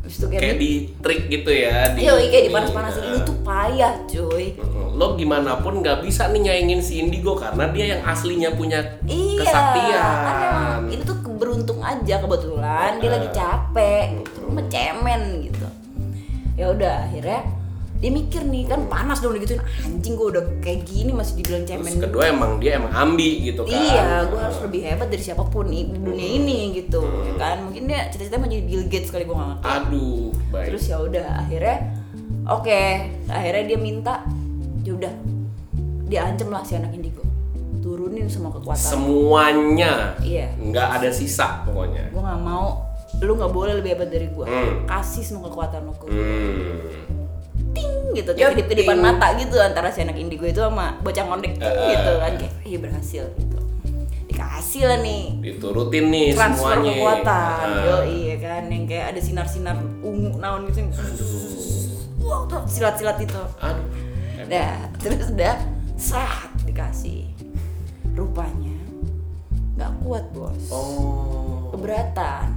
Speaker 2: habis itu kayak,
Speaker 1: Kayak di trik gitu ya. Di,
Speaker 2: Iya, kayak dipanas-panasin
Speaker 1: Iya.
Speaker 2: lu tuh payah cuy
Speaker 1: lo gimana pun nggak bisa nih nyaingin si Indigo karena dia yang aslinya punya
Speaker 2: Iya, kan emang
Speaker 1: kesaktian.
Speaker 2: itu tuh keberuntung aja kebetulan dia
Speaker 1: Nah.
Speaker 2: lagi capek, gitu, lu mah cemen gitu. Ya udah akhirnya dia mikir nih kan panas dong digituin anjing gue udah kayak gini masih dibilang
Speaker 1: Terus
Speaker 2: cemen.
Speaker 1: kedua emang dia emang ambi gitu kan. Hmm.
Speaker 2: Iya, gue harus lebih hebat dari siapapun i- di dunia ini gitu, ya kan? Mungkin dia cita-cita mau jadi Bill Gates kali gue nggak ngerti.
Speaker 1: Aduh, baik.
Speaker 2: Terus ya udah akhirnya, oke, akhirnya dia minta, ya udah, dia ancam lah si anak indigo, turunin semua kekuatan.
Speaker 1: Semuanya
Speaker 2: Iya.
Speaker 1: nggak ada sisa pokoknya.
Speaker 2: gue nggak mau lu nggak boleh lebih hebat dari gue
Speaker 1: Hmm.
Speaker 2: kasih semua kekuatan lu ke gua.
Speaker 1: Hmm.
Speaker 2: ting gitu
Speaker 1: Ya,
Speaker 2: kedip kedipan
Speaker 1: ting. Eh,
Speaker 2: mata gitu antara si anak indigo itu sama bocah ngondek ting gitu kan kayak iya berhasil gitu dikasih lah nih
Speaker 1: Diturutin nih
Speaker 2: transfer
Speaker 1: semuanya.
Speaker 2: kekuatan
Speaker 1: Ah.
Speaker 2: yo iya kan yang kayak ada sinar-sinar ungu naon gitu yang wow tuh silat-silat itu
Speaker 1: Aduh.
Speaker 2: Dah, terus udah serat dikasih. Rupanya nggak kuat bos,
Speaker 1: Oh.
Speaker 2: keberatan.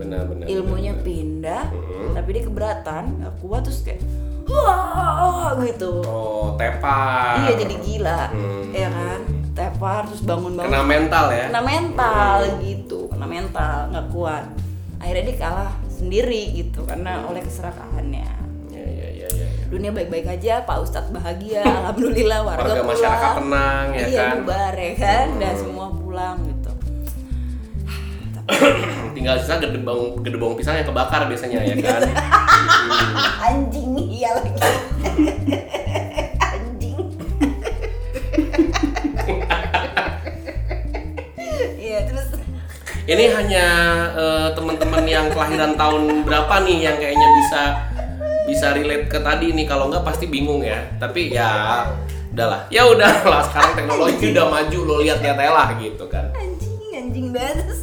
Speaker 1: Benar-benar.
Speaker 2: ilmunya
Speaker 1: benar.
Speaker 2: pindah
Speaker 1: Mm-mm.
Speaker 2: tapi dia keberatan nggak kuat terus kayak wah gitu
Speaker 1: Oh, tepar.
Speaker 2: iya jadi gila
Speaker 1: Hmm.
Speaker 2: ya kan tepar terus bangun bangun
Speaker 1: Kena mental ya.
Speaker 2: kena mental gitu kena mental nggak kuat akhirnya dia kalah sendiri gitu karena oleh keserakahannya
Speaker 1: Iya, iya, iya, iya. iya.
Speaker 2: dunia baik-baik aja pak ustadz bahagia alhamdulillah warga,
Speaker 1: Warga
Speaker 2: pulang
Speaker 1: masyarakat tenang, ya
Speaker 2: iya,
Speaker 1: kan?
Speaker 2: bubar ya kan dan semua pulang gitu
Speaker 1: Tinggal sisa gedebong gedebong pisang yang kebakar biasanya ya kan.
Speaker 2: anjing iya lagi anjing iya terus
Speaker 1: Ini hanya eh, teman-teman yang kelahiran tahun berapa nih yang kayaknya bisa bisa relate ke tadi nih kalau nggak pasti bingung ya. Tapi ya udahlah. Ya udahlah sekarang teknologi udah maju lo lihat-lihat aja lah gitu kan.
Speaker 2: anjing anjing banget terus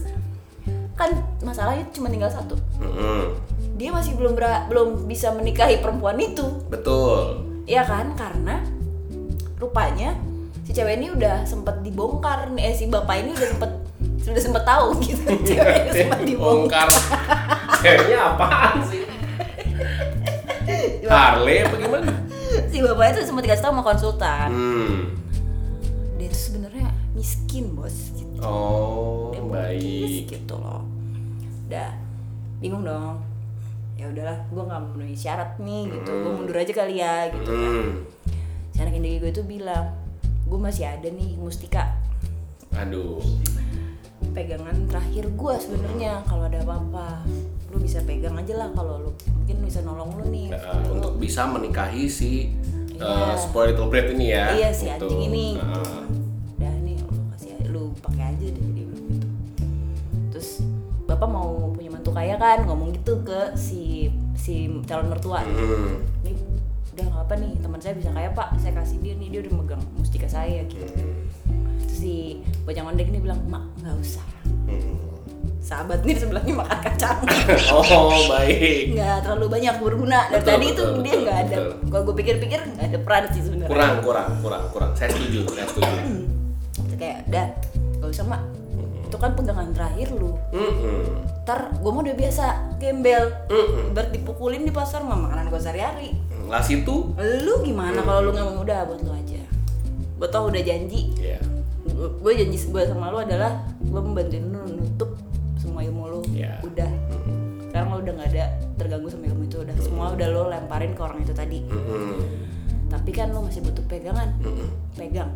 Speaker 2: kan masalahnya cuma tinggal satu
Speaker 1: Mm-mm.
Speaker 2: dia masih belum bera- belum bisa menikahi perempuan itu
Speaker 1: Betul.
Speaker 2: ya kan karena rupanya si cewek ini udah sempet dibongkar nih eh, si bapak ini udah sempet sudah sempet tahu gitu ceweknya sempet dibongkar
Speaker 1: Bongkar. Ceweknya apaan sih? Harley apa gimana?
Speaker 2: si bapaknya tuh sempet dikasih tahu sama konsultan
Speaker 1: Hmm.
Speaker 2: dia tuh sebenarnya miskin bos gitu
Speaker 1: Oh,
Speaker 2: dia
Speaker 1: baik.
Speaker 2: bukis gitu loh udah bingung dong ya udahlah gue nggak memenuhi syarat nih gitu gue mundur aja kali ya gitu
Speaker 1: Hmm.
Speaker 2: si anak indigo gue itu bilang gue masih ada nih mustika
Speaker 1: Aduh.
Speaker 2: pegangan terakhir gue sebenarnya kalau ada apa-apa lu bisa pegang aja lah kalau lu mungkin bisa nolong lu nih
Speaker 1: Nah,
Speaker 2: Lu-
Speaker 1: untuk bisa menikahi si uh,
Speaker 2: Iya.
Speaker 1: spoiled little bread ini ya.
Speaker 2: iya si
Speaker 1: Gitu.
Speaker 2: anjing ini gitu.
Speaker 1: Nah,
Speaker 2: udah nih lu kasih lu pakai aja deh dia bilang gitu terus bapak mau punya mantu kaya kan ngomong gitu ke si si calon mertua
Speaker 1: hmm.
Speaker 2: ini udah nggak apa nih teman saya bisa kaya pak saya kasih dia nih dia udah megang mustika saya gitu
Speaker 1: Hmm.
Speaker 2: terus si bocah ngondek ini bilang mak nggak usah
Speaker 1: Hmm.
Speaker 2: sahabat nih sebelahnya makan kacang
Speaker 1: Oh, baik.
Speaker 2: nggak terlalu banyak berguna dari
Speaker 1: Betul,
Speaker 2: tadi itu
Speaker 1: betul, betul,
Speaker 2: dia nggak ada
Speaker 1: betul.
Speaker 2: kalau gue pikir-pikir nggak ada peran sih sebenarnya
Speaker 1: Kurang, kurang, kurang, kurang. Saya setuju, saya setuju.
Speaker 2: Terus Hmm. kayak udah gak usah mak
Speaker 1: Hmm.
Speaker 2: itu kan pegangan terakhir lu
Speaker 1: Mm-mm.
Speaker 2: ntar gue mah udah biasa gembel
Speaker 1: Hmm.
Speaker 2: ibarat dipukulin di pasar mah makanan gue sehari-hari
Speaker 1: Lah situ.
Speaker 2: lu gimana kalau
Speaker 1: Hmm.
Speaker 2: lu nggak mau udah buat lu aja gue tau udah janji
Speaker 1: Ya.
Speaker 2: gue janji gue sama lu adalah gue membantuin lu nutup semua ilmu lu
Speaker 1: Iya.
Speaker 2: udah sekarang lu udah nggak ada terganggu sama ilmu itu
Speaker 1: Hmm.
Speaker 2: udah semua udah lu lemparin ke orang itu tadi
Speaker 1: Mm-mm.
Speaker 2: tapi kan lo masih butuh pegangan pegang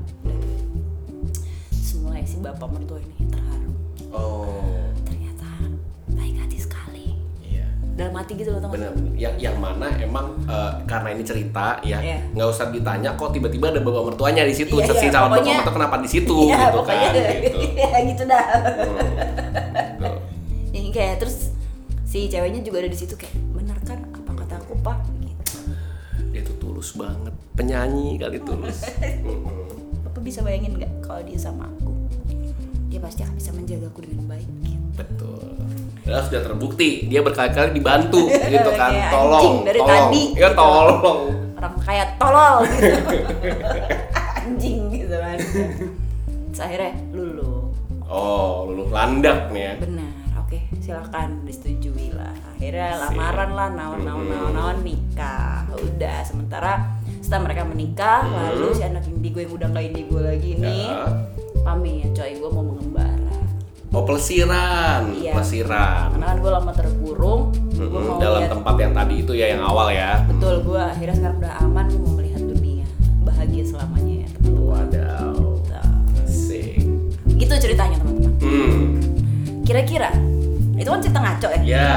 Speaker 2: semua si bapak mertua ini terharu
Speaker 1: Oh.
Speaker 2: ternyata baik hati sekali
Speaker 1: Iya.
Speaker 2: dalam hati gitu loh tau gak sih?
Speaker 1: benar yang yang mana emang eh, karena ini cerita ya
Speaker 2: Iya.
Speaker 1: nggak usah ditanya kok tiba-tiba ada bapak mertuanya di situ
Speaker 2: Iya,
Speaker 1: si
Speaker 2: iya,
Speaker 1: calon bapak
Speaker 2: pokoknya-
Speaker 1: mertua kenapa di situ
Speaker 2: Iya,
Speaker 1: gitu
Speaker 2: pokoknya
Speaker 1: kan
Speaker 2: ada-
Speaker 1: gitu.
Speaker 2: ya gitu dah
Speaker 1: Hmm. Gitu.
Speaker 2: Jadi kayak terus si si ceweknya juga ada di situ kayak bener kan apa kata aku pak gitu.
Speaker 1: dia tuh tulus banget penyanyi kali tulus Mm-mm.
Speaker 2: Bapak bisa bayangin nggak kalau dia sama aku dia pasti akan bisa menjagaku dengan baik gitu.
Speaker 1: betul Padahal sudah terbukti dia berkali-kali dibantu gitu kan
Speaker 2: Kayak anjing
Speaker 1: tolong
Speaker 2: dari
Speaker 1: tolong
Speaker 2: tadi,
Speaker 1: ya
Speaker 2: gitu.
Speaker 1: tolong
Speaker 2: orang kaya tolol gitu anjing gitu kan Terus akhirnya lulu
Speaker 1: oh luluh landak nih ya
Speaker 2: benar oke silakan disetujui lah akhirnya
Speaker 1: Sip.
Speaker 2: lamaran lah naon naon
Speaker 1: Mhm.
Speaker 2: naon naon nikah udah sementara setelah mereka menikah
Speaker 1: Hmm.
Speaker 2: lalu si anak indi gue yang udah nggak indi gue lagi nih
Speaker 1: Ya.
Speaker 2: pamit coy gue mau mengembara
Speaker 1: oh pelesiran
Speaker 2: Iya.
Speaker 1: pelesiran
Speaker 2: karena kan gue lama terkurung gue
Speaker 1: Mm-mm,
Speaker 2: mau
Speaker 1: dalam
Speaker 2: lihat
Speaker 1: tempat yang tadi itu ya yang awal ya
Speaker 2: betul gue akhirnya sekarang udah aman gue mau melihat dunia bahagia selamanya ya teman-teman
Speaker 1: wadaw
Speaker 2: Nah,
Speaker 1: asik
Speaker 2: gitu ceritanya teman-teman
Speaker 1: hmm
Speaker 2: kira-kira itu kan cerita ngaco ya
Speaker 1: ya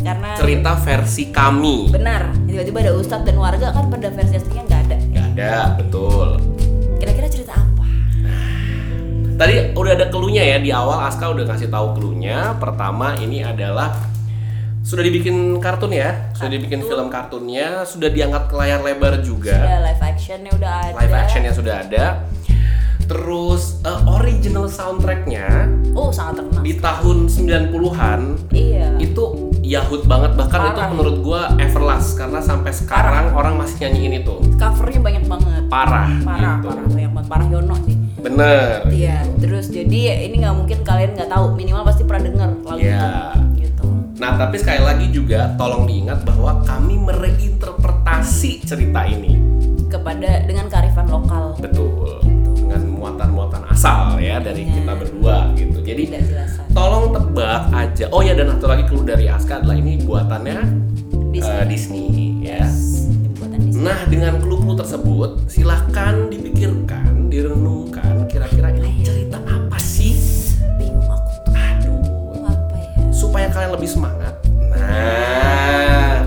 Speaker 2: karena
Speaker 1: cerita versi kami
Speaker 2: benar tiba-tiba ada ustadz dan warga kan pada versi aslinya nggak ada
Speaker 1: nggak ada betul
Speaker 2: kira-kira cerita apa
Speaker 1: Tadi udah ada keluhnya ya di awal Aska udah kasih tahu keluhnya. Pertama ini adalah sudah dibikin kartun ya, sudah dibikin
Speaker 2: Kartun.
Speaker 1: film kartunnya, sudah diangkat ke layar lebar juga,
Speaker 2: sudah live actionnya udah ada
Speaker 1: Iya. live actionnya sudah ada. Terus eh, original soundtracknya
Speaker 2: oh sangat terkenal
Speaker 1: di tahun 90-an
Speaker 2: iya
Speaker 1: itu yahut banget bahkan itu
Speaker 2: Parah.
Speaker 1: menurut gua everlast karena sampai sekarang orang masih nyanyiin itu
Speaker 2: covernya banyak banget
Speaker 1: parah,
Speaker 2: parah
Speaker 1: gitu.
Speaker 2: parah banyak banget parah Yono sih
Speaker 1: bener
Speaker 2: iya terus jadi ini nggak mungkin kalian nggak tahu minimal pasti pernah denger lagu
Speaker 1: Iya.
Speaker 2: itu gitu
Speaker 1: Nah, tapi sekali lagi juga tolong diingat bahwa kami mereinterpretasi cerita ini.
Speaker 2: kepada dengan kearifan lokal
Speaker 1: Betul. Dengan muatan-muatan asal ya dari kita berdua gitu. Jadi
Speaker 2: tidak jelasan
Speaker 1: tolong tebak aja. Oh ya dan satu lagi clue dari Aska adalah ini buatannya eh,
Speaker 2: Disney.
Speaker 1: Disney, ya.
Speaker 2: pembuatan Disney
Speaker 1: Nah, dengan clue-clue tersebut, silahkan dipikirkan, direnungkan kira-kira ini cerita apa sih?
Speaker 2: bingung aku
Speaker 1: Aduh,
Speaker 2: tuh apa ya
Speaker 1: supaya kalian lebih semangat. Nah,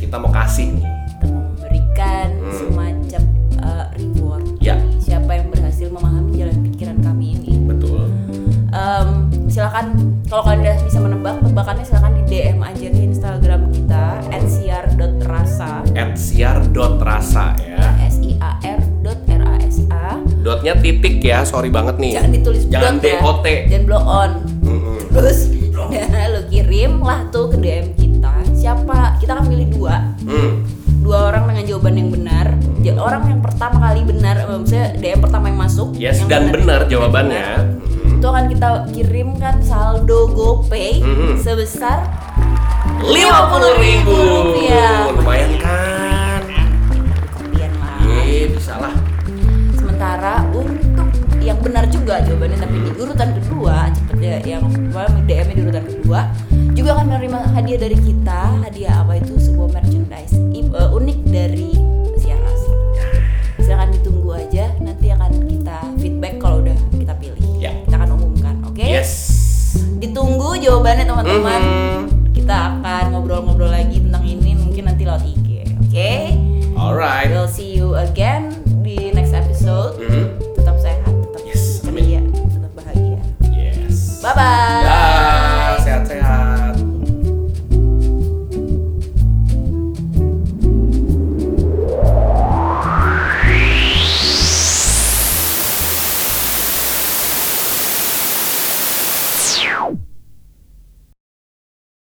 Speaker 1: kita mau kasih nih.
Speaker 2: kita mau memberikan
Speaker 1: Hmm.
Speaker 2: semacam uh, reward
Speaker 1: Ya.
Speaker 2: siapa yang berhasil memahami jalan pikiran kami ini
Speaker 1: Betul.
Speaker 2: Em, silakan kalau kalian udah bisa menebak tebakannya silakan di DM aja ke Instagram kita @siar.rasa
Speaker 1: At siar.rasa ya.
Speaker 2: s i a r dot r a s a
Speaker 1: Dotnya titik ya, sorry banget nih.
Speaker 2: jangan ditulis
Speaker 1: Jangan
Speaker 2: dot ya.
Speaker 1: DOT.
Speaker 2: jangan blow on
Speaker 1: Mm-mm.
Speaker 2: terus lo kirim lah tuh ke DM kita siapa kita akan milih dua
Speaker 1: Hmm.
Speaker 2: dua orang dengan jawaban yang benar Ja- orang yang pertama kali benar eh, maksudnya DM pertama yang masuk
Speaker 1: Yes
Speaker 2: yang
Speaker 1: dan benar jawabannya. Mm. Mm-mm.
Speaker 2: itu akan kita kirimkan saldo GoPay
Speaker 1: Mhm.
Speaker 2: sebesar
Speaker 1: 50.000 ribu.
Speaker 2: rupiah
Speaker 1: Lumayan kan? Iya,
Speaker 2: Kopian lah
Speaker 1: Ye, bisa lah.
Speaker 2: sementara untuk yang benar juga jawabannya tapi di urutan kedua cepet ya yang kemarin DM di urutan kedua juga akan menerima hadiah dari kita hadiah apa itu sebuah merchandise i- eh, unik dari
Speaker 1: Mm-hmm.